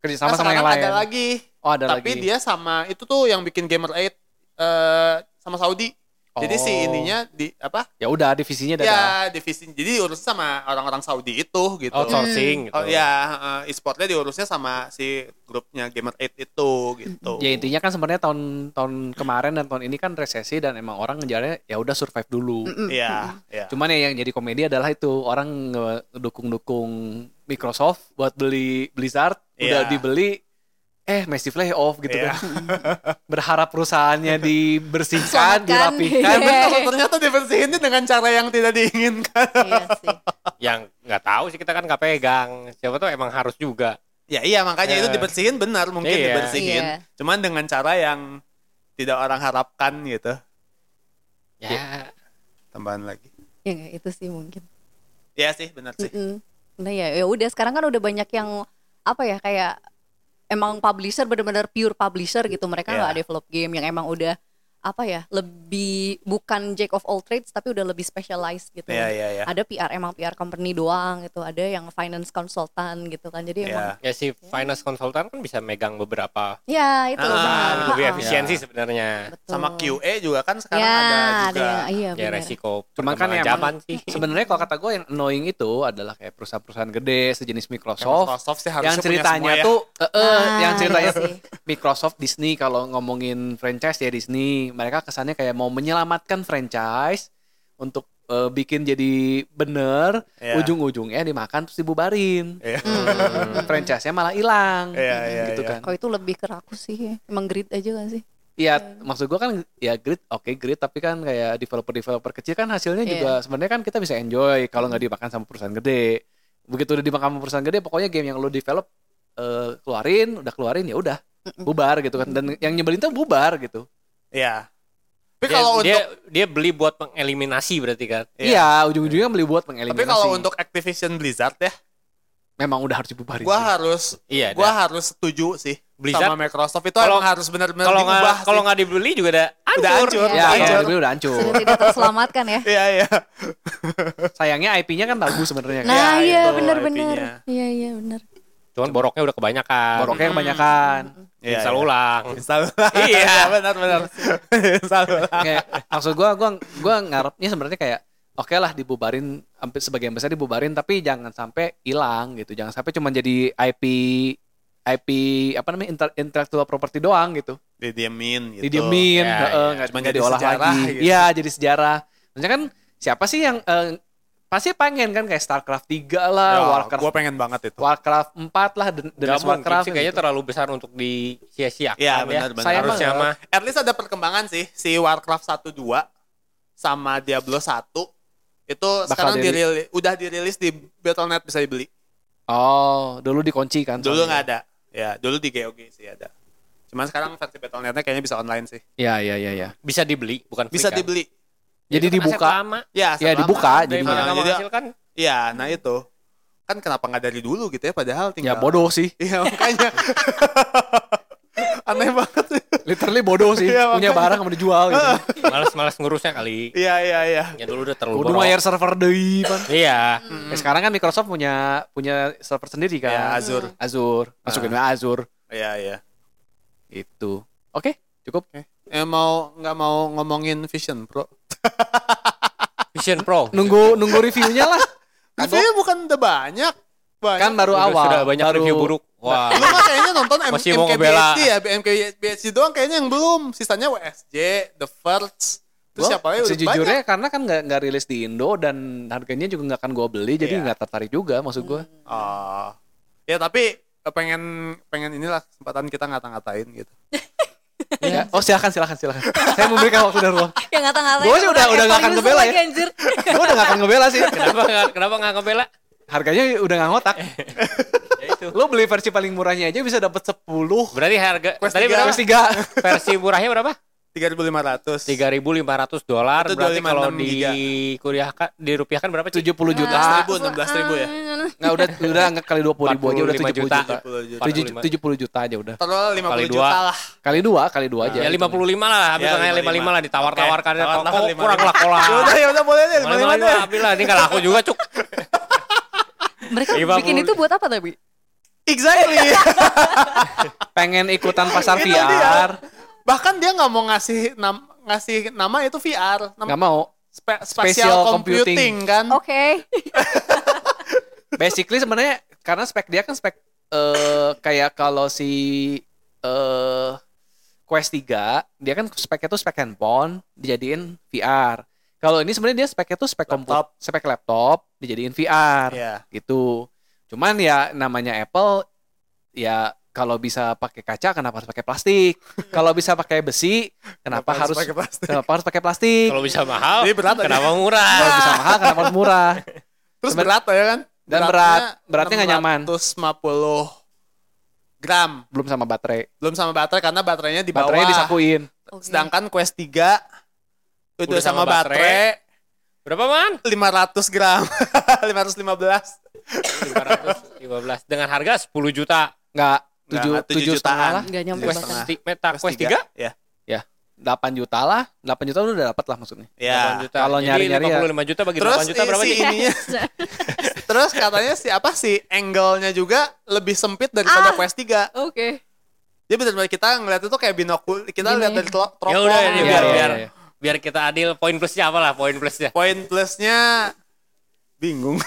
kerjasama sama sekarang yang lain. ada lagi. Oh, ada Tapi lagi. dia sama itu tuh yang bikin Gamer 8 eh, sama Saudi. Jadi si Oh. ininya di apa? Ya udah divisinya dadah. Ya divisi. Jadi urus sama orang-orang Saudi itu gitu. Outsourcing gitu. Oh ya, eh, e-sportnya diurusnya sama si grupnya Gamer 8 itu gitu. Ya intinya kan sebenarnya tahun tahun kemarin dan tahun ini kan resesi dan emang orang ngejarnya ya udah survive dulu. Iya, iya. Cuman ya yang jadi komedi adalah itu orang ngedukung-dukung Microsoft buat beli Blizzard udah Iya. dibeli eh Messi playoff gitu Iya. kan. <laughs> Berharap <laughs> perusahaannya dibersihkan, Selamatkan. Eh, dirapikan. <laughs> bener, ternyata dibersihinnya dengan cara yang tidak diinginkan. Iya sih. Yang nggak tahu sih kita kan nggak pegang. Siapa tuh emang harus juga. Ya iya makanya itu Eh. dibersihin benar mungkin Iya. dibersihin. Iya. Cuman dengan cara yang tidak orang harapkan gitu. Ya. Tambahan lagi. Ya nggak, itu sih mungkin. Iya sih benar sih. Mm-mm. Nah ya, ya udah sekarang kan udah banyak yang apa ya kayak emang publisher benar-benar pure publisher gitu. Mereka Iya. nggak develop game yang emang udah apa ya lebih bukan jack of all trades tapi udah lebih specialized gitu. Iya iya iya. Ada PR emang PR company doang gitu. Ada yang finance consultant gitu kan. Jadi emang Iya. Ya si finance consultant kan bisa megang beberapa ya itu Ah, benar. kan lebih Ha-ha. efisien Ya. sih sebenarnya. Betul. Sama QA juga kan sekarang ya, ada juga. yang- iya Ya benar. resiko Cuman kan perkembangan emang- zaman sih. Sebenarnya kalau kata gue yang annoying itu adalah kayak perusahaan-perusahaan gede sejenis Microsoft Microsoft sih harusnya yang punya semua ceritanya ya. tuh eh, eh, Nah, yang ceritanya iya sih. Microsoft Disney kalau ngomongin franchise ya Disney mereka kesannya kayak mau menyelamatkan franchise untuk eh, bikin jadi bener Iya. ujung-ujungnya dimakan terus dibubarin Iya. Hmm. franchise-nya malah hilang Iya, iya, gitu iya. kan Kalau itu lebih ke rakus sih. Emang grid aja kan sih. Iya, maksud gua kan ya grid, oke grid, tapi kan kayak developer-developer kecil kan hasilnya Iya. Hmm. juga sebenarnya kan kita bisa enjoy kalau nggak dimakan sama perusahaan gede. Begitu udah dimakan sama perusahaan gede, pokoknya game yang lo develop eh, keluarin, udah keluarin ya udah bubar gitu kan. Dan yang nyebelin tuh bubar gitu. Iya. Tapi Dia, kalau Iya, dia, untuk dia beli buat mengeliminasi berarti kan. Iya, ujung-ujungnya beli buat mengeliminasi. tapi kalau untuk Activision Blizzard ya, memang udah harus dibubarin. gua sih. harus Iya, gua dah. harus setuju sih Blizzard- sama Microsoft itu Kalau- emang harus benar-benar Kalau nggak diubah. kalau sih. nggak dibeli juga ada udah hancur, ya, udah kalau hancur. dibeli udah hancur. Sudah tidak terselamatkan ya. Iya iya. Sayangnya IP-nya kan bagus sebenarnya kan. Nah, Ya, iya itu IP-nya. benar-benar. Iya iya benar. Cuman boroknya udah kebanyakan. Boroknya kebanyakan. Iya, Install iya. ulang. Install ulang. Iya. <laughs> Iya, benar benar. Install ulang. kayak maksud gua gua gua ngarepnya sebenarnya kayak oke lah dibubarin hampir sebagian besar dibubarin tapi jangan sampai hilang gitu jangan sampai cuma jadi IP IP apa namanya inter- intellectual property doang gitu, Didiemin gitu. didiemin Ya, heeh, ya. nggak Cuma nggak jadi diolah sejarah lagi gitu. iya jadi sejarah maksudnya kan siapa sih yang eh, pasti pengen kan kayak Starcraft 3 lah Ya, Ah, Warcraft gua pengen banget itu. Warcraft 4 lah dan Gak mungkin Warcraft gitu. sih kayaknya terlalu besar untuk disia-siakan ya. Iya, benar-benar. Sayang Harusnya banget. mah At least ada perkembangan sih si Warcraft 1 2 sama Diablo 1 itu sekarang diri- dirili- udah dirilis di Battle.net bisa dibeli. oh dulu dikunci kan Dulu soalnya. nggak ada. Ya, dulu di GOG sih ada. Cuman sekarang versi Battle.net-nya kayaknya bisa online sih. ya ya ya ya bisa dibeli, bukan free Bisa kan? dibeli. jadi Itu kan aset dibuka lama. Ya, Ya, selama- dibuka Dari jadinya. mana Nah, kamu jadi- hasilkan? Iya, nah itu. Kan kenapa nggak dari dulu gitu ya padahal ya tinggal. bodoh sih <laughs> Iya, makanya. <laughs> Aneh banget. Literally bodoh sih, <laughs> Iya, punya makanya. barang sama dijual <laughs> gitu. Males-males ngurusnya kali. Iya, iya, iya. Ya dulu udah terlalu Kudu borok. bayar server deui, Pan. Iya. Hmm. Eh, sekarang kan Microsoft punya punya server sendiri kan. Ya, Azure. Azure. Ah. Masukin aja Azure Iya, iya. gitu. Oke, cukup. Eh mau nggak mau ngomongin Vision Pro? Vision Pro. Nunggu nunggu reviewnya <laughs> lah. Reviewnya bukan udah banyak. Banyak. kan baru Sudah- awal. Sudah banyak baru, review buruk. Wah. Lu mah kayaknya nonton M- Masih mau ngebela. MKBHD ya, MKBHD doang kayaknya yang belum. Sisanya WSJ, The First, terus Gua siapa lagi udah banyak. Sejujurnya karena kan nggak nggak rilis di Indo dan harganya juga nggak akan gua beli jadi Iya. nggak tertarik juga maksud gua. Oh. Ya tapi eh, pengen pengen inilah kesempatan kita ngata-ngatain gitu. Hmm. Ya. Oh silakan silakan silakan. Saya memberikan waktu dan <laughs> ruang. Ah, Yang ngata-ngatain. Gua sih udah- udah nggak akan Evan ngebela Yusuf ya. lagi, anjir. Gua udah nggak akan ngebela sih. Kenapa nggak- kenapa nggak ngebela? Harganya udah nggak ngotak. Eh, <laughs> Ya itu. Lo beli versi paling murahnya aja bisa dapat 10 Berarti harga Quest tadi tiga. berapa? Terus <laughs> tiga. Versi murahnya berapa? 3.500. 3.500 dolar Itu berarti kalau 256 di giga. kuriahkan dirupiahkan berapa sih? 70 juta. Ah, 16.000, 16.000 ya. Nah, Nggak udah udah anggap kali 20 ribu aja udah 45 70 juta. juta. 70 juta. 45. 70 juta aja udah. Taruh 50 Kali juta dua. lah. Kali dua, kali dua aja. Ya 55 lah, habis Ya, tengahnya 55 lah 55. ditawar-tawarkan Oke, kok tawar-tawar kok kurang 55. lah kolah. Ya udah ya udah boleh deh 55 55 lah, deh. <laughs> habis lah ini kalau aku juga cuk. <laughs> Mereka 50. bikin itu buat apa tapi? Exactly. Pengen ikutan pasar Itu dia. VR, Bahkan dia nggak mau ngasih nam- ngasih nama itu VR, nggak nama mau. spe- Spatial spatial computing, computing. Oh. kan. Oke. Basically sebenarnya karena spek dia kan spek eh kayak kalau si eh Quest 3, dia kan speknya tuh spek handphone dijadiin VR. Kalau ini sebenarnya dia speknya tuh spek komputer, Laptop. spek laptop dijadiin VR. Iya. gitu. Cuman ya namanya Apple ya kalau bisa pakai kaca kenapa harus pakai plastik? <laughs> kalau bisa pakai besi kenapa, harus pakai <laughs> plastik? kenapa harus pakai plastik? Kalau bisa mahal, Jadi berat aja. kenapa murah? Kalau <laughs> bisa mahal kenapa harus murah? Terus Seben- berat ya kan? Dan berat. Beratnya nggak nyaman. 650 gram. Belum sama baterai. Belum sama baterai karena baterainya di bawah. Baterainya disakuin. Oke. <laughs> Sedangkan Quest 3 itu Udah sama, sama baterai, Berapa man? 500 gram. <laughs> 515. 515 dengan harga 10 juta. Enggak Nggak, Nah, 7 tujuh 7 setengah lah. Nggak nyampe Quest bahkan. setengah. ti- Meta Quest 3? 3? Ya. 8 juta lah. 8 juta udah dapat lah maksudnya. Ya. 8 juta. Kalau Jadi nyari-nyari ya. 55 juta bagi Terus 8 juta berapa Iya, si sih? ininya, terus katanya si apa sih angle-nya juga lebih sempit daripada Ah. Quest 3. Oke. Jadi benar-benar kita ngeliat itu kayak binokul, kita Gini. lihat dari tro- teropong. Ya udah ini Iya, biar iya, biar iya. biar kita adil poin plusnya apa lah poin plusnya. Poin plusnya bingung.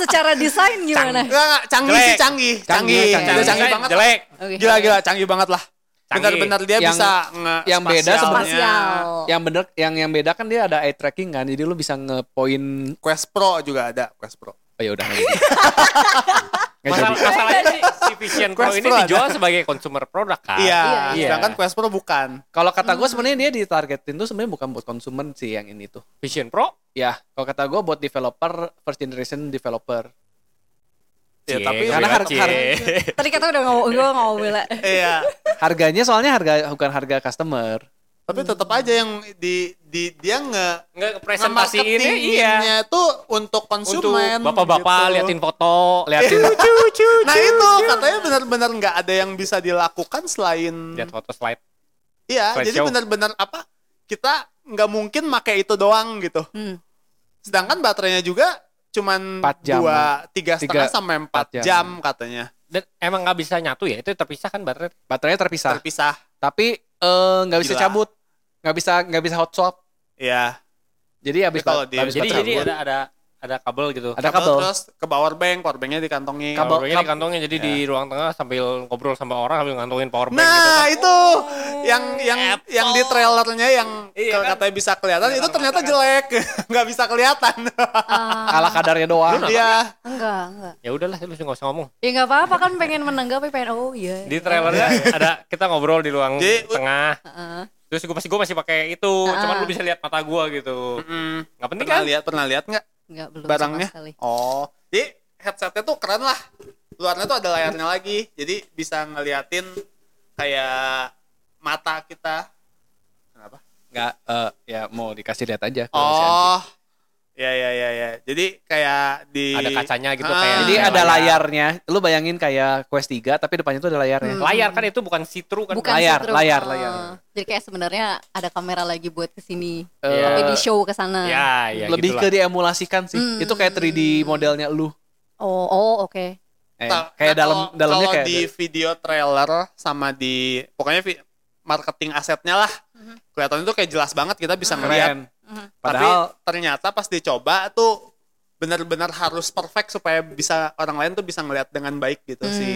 Secara desain gimana? Enggak, enggak, canggih Jelek. sih canggih. Canggih, Canggih, Itu canggih. canggih, banget. jelek. Oke. Gila gila canggih banget lah. Canggih. Benar-benar dia Yang- bisa nge yang beda spasialnya Spasial. Yang bener yang yang beda kan dia ada eye tracking kan. Jadi lu bisa ngepoin Quest Pro juga ada, Quest Pro. oh ya udah. Nggak Masalah, jadi. masalahnya sih si Vision Pro Quest ini Pro ada. dijual sebagai consumer product kan. Iya, iya, iya. sedangkan Quest Pro bukan. Kalau kata gue sebenarnya dia ditargetin tuh sebenarnya bukan buat konsumen sih yang ini tuh. Vision Pro Ya, kalau kata gue buat developer first generation developer. Ya, Cie, tapi gua Karena bilang, harga- cie. harga- Tadi kata udah ngomong, gue ngomong bela. iya. Harganya soalnya harga bukan harga customer. Tapi tetap aja yang di di dia nge nggak presentasi ini iya. nge-marketinginnya tuh untuk Untuk konsumen. bapak-bapak gitu. liatin foto, Liatin <laughs> Nah itu katanya benar-benar nggak ada yang bisa dilakukan selain lihat foto slide. Iya, Slide jadi show. benar-benar apa? Kita nggak mungkin pakai itu doang gitu. <laughs> Hmm. Sedangkan baterainya juga cuman Empat jam. dua tiga setengah Tiga- sampai empat empat jam. jam. katanya Dan emang nggak bisa nyatu ya itu terpisah kan baterai. baterainya terpisah. terpisah. Tapi eh, nggak bisa Gila. cabut, nggak bisa nggak bisa hot swap. Iya. Ya, Jadi habis Kalau ba- dia- habis Jadi baterai jadi cabut, ada ada ada kabel gitu. ada kabel. terus ke power bank, power banknya dikantongi. Kabel. Kabelnya di kantongnya jadi di ruang tengah sambil ngobrol sama orang sambil ngantongin power bank gitu Nah kan. itu yang yang Apple. yang di trailernya yang Iya kalau kan? katanya bisa kelihatan itu Kelihatan ternyata banget jelek, <laughs> nggak bisa kelihatan. Ah, Ala kadarnya doang. Iya. enggak, enggak. Ya udahlah lu nggak usah ngomong. Ya enggak apa-apa kan pengen menanggapi pengen oh iya. Di trailernya ada kita ngobrol di ruang Jadi, u- tengah. Heeh. Terus gue masih gue masih pakai itu, cuman lu bisa lihat mata gua gitu. Mm, Nggak penting pernah kan? lihat pernah lihat nggak enggak belum barangnya? sama sekali. Oh, jadi headsetnya tuh keren lah. Luarnya tuh ada layarnya lagi, jadi bisa ngeliatin kayak mata kita. Kenapa? Nggak, eh, ya mau dikasih lihat aja. ke Sianti. Oh, ya ya ya ya. Jadi kayak di Ada kacanya gitu, Ah, kayak Jadi Kayak ada layar. layarnya. Lu bayangin kayak Quest 3 tapi depannya tuh ada layarnya. Hmm. Layar kan itu bukan see through kan. Bukan layar, see-through. layar, Ah, layar. Jadi kayak sebenarnya ada kamera lagi buat kesini, Eh, tapi di show ke sana. Ya, ya lebih gitulah. ke diemulasikan sih. Hmm. Itu kayak 3D modelnya lu. Oh, oh oke. Eh, Ta- kayak nah, dalam kalau- dalamnya kalau kayak di video trailer sama di pokoknya vi- marketing asetnya lah. Kelihatannya tuh kayak jelas banget kita bisa ngeliat. keren. Padahal Padahal- Tapi ternyata pas dicoba tuh benar-benar harus perfect supaya bisa orang lain tuh bisa ngeliat dengan baik gitu Hmm. si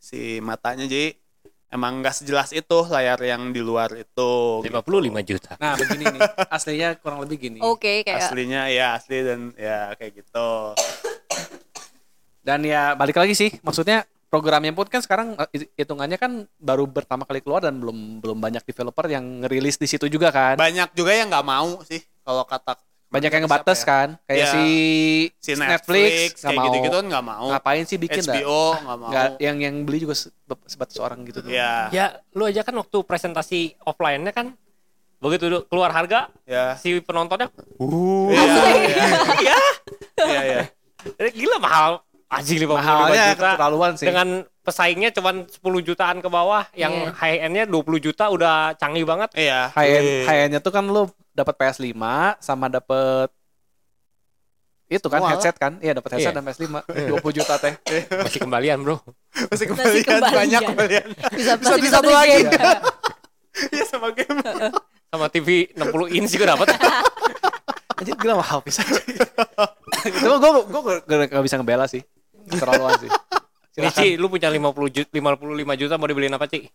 si matanya. Jadi emang nggak sejelas itu layar yang di luar itu. gitu. 55 juta. Nah, begini nih. Aslinya kurang lebih gini. Oke, kayak Aslinya ya asli dan ya kayak gitu. Dan ya balik lagi sih, maksudnya programnya pun kan sekarang eh, hit- hitungannya kan baru pertama kali keluar dan belum belum banyak developer yang ngerilis di situ juga kan. Banyak juga yang nggak mau sih kalau kata Banyak yang ngebatas siapa ya? kan, kayak Ya, si, Si Netflix, Netflix, nggak kayak mau. gitu-gitu kan nggak mau. Ngapain sih bikin dah? HBO nggak mau. Iya. Nggak, yang yang beli juga se- sebatas orang gitu. doang. Ya. Ya, lu aja kan waktu presentasi offline-nya kan begitu lu keluar harga, Ya. si penontonnya Iya. Iya. Iya, iya. eh, gila mahal. Anjing 55 Mahalnya juta. keterlaluan sih. iya, Dengan pesaingnya cuman 10 jutaan ke bawah, yang Iya. high end-nya 20 juta udah <laughs> canggih banget. Iya. high end high endnya tuh kan lu dapat PS5 sama dapat itu kan Wah, headset kan iya dapat headset Iya. dan PS5 20 juta teh Masih kembalian bro. Masih kembalian, kembalian. banyak kembalian. <laughs> Bisa- bisa masih bisa satu bisa beli lagi. game. Iya sama game. Sama TV 60 inch juga dapat. anjir gila mahal pisan <laughs> cuma gue gue gak bisa ngebela sih keterlaluan sih Nih Silakan. Ci, lu punya 50 juta, 55 juta mau dibeliin apa Ci?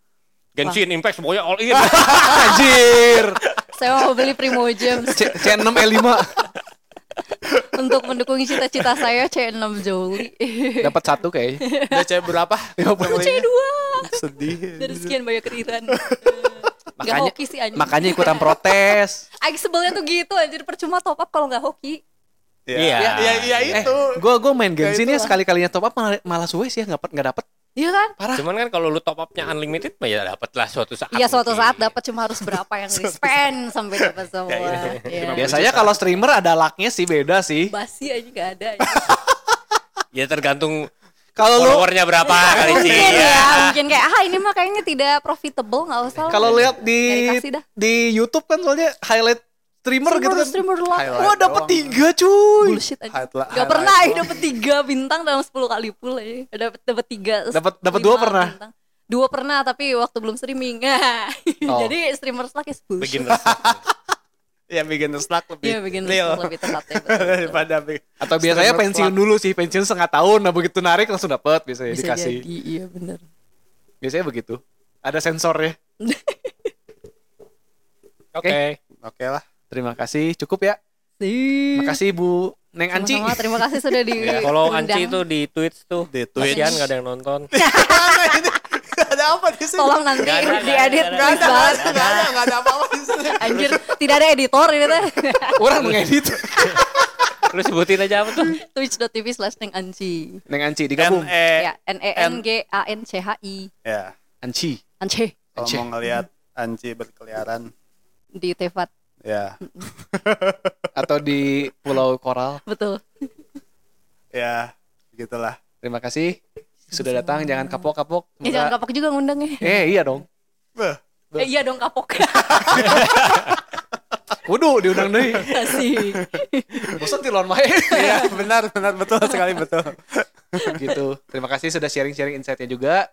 Genshin Impact semuanya all in. anjir Saya mau beli Primo Gems C- E C6 E5 untuk mendukung cita-cita saya C6 Jolie. <laughs> dapat satu kayaknya Udah cewek berapa? 50. C2 Sedih. dari sekian banyak ketiran. Gak makanya hoki sih anjing. makanya ikutan protes Aing sebelnya tuh gitu anjir percuma top up kalau nggak hoki. Iya. <laughs> Iya, iya, iya eh itu. gue gue main Ya, Genshin ya itulah. sekali kalinya top up malah, malah suwe sih ya nggak per- nggak dapet Iya kan? Cuman kan kalau lu top upnya unlimited mah ya dapat lah suatu saat. Iya suatu mungkin. saat dapat cuma harus berapa yang di spend sampai dapat semua. Ya, iya. Iya. biasanya kalau streamer ada lucknya sih beda sih Basi aja nggak ada. anjing. Ya tergantung kalau lu followernya berapa kali Ci. mungkin Iya. ya, mungkin kayak ah ini mah kayaknya tidak profitable nggak usah. lah." kalau lihat di Nggak Ya, dikasih dah. di YouTube kan soalnya highlight streamer, Streamer, gitu kan streamer lah. Highlight wah dapat doang. tiga cuy bullshit aja. Highlight- Gak highlight pernah doang. ya dapet tiga bintang dalam 10 kali full aja. Dapet dapet tiga. Dapet- dapet lima dua pernah? bintang. Dua pernah tapi waktu belum streaming. <laughs> Oh. Jadi streamer Slack is bullshit. Beginner. Ya beginner luck lebih. Iya bikin real. lebih tepat ya. betul, betul. daripada big- atau biasanya Streamer pensiun slot. dulu sih pensiun setengah tahun nah begitu narik langsung dapat biasanya Bisa dikasih jadi, iya bener. biasanya begitu ada <laughs> sensornya Oke. Oke lah. terima kasih cukup ya Sip. makasih Bu Neng Anci Hmm. Sama-sama, terima kasih sudah di Follow diundang. Ya, Anci tuh di Twitch tuh. Di Twitch. Kasihan nggak ada yang nonton. Mana ini? Gak ada apa <laughs> di sini? Tolong nanti Nggak ada, nggak ada, diedit nggak Gak please ada, gak banget. ada, gak ada, gak ada apa-apa di sini. Anjir, tidak ada editor ini teh. <laughs> orang mengedit Lu sebutin aja apa tuh? Twitch.tv slash Neng Anci. Neng Anci digabung NE. Ya, N-E-N-G-A-N-C-H-I. Ya. Anci Anci. Kalau Anci. mau ngelihat Anci berkeliaran, Di Tevat. ya, atau di Pulau Koral Betul. ya, gitulah. terima kasih sudah datang jangan kapok-kapok Ya, jangan Semoga- kapok juga ngundangnya. eh iya dong Beh. Eh, iya dong kapok. <laughs> Waduh diundang deh Asik. bosan tilon <laughs> main Iya, benar, benar, betul sekali, betul. gitu. Terima kasih sudah sharing-sharing insight-nya juga.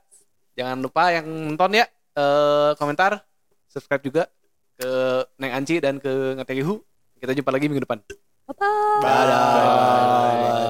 Jangan lupa yang nonton ya, eh, komentar, subscribe juga ke Neng Anci dan ke Ngetegihu. Kita jumpa lagi minggu depan. Bye-bye. Bye.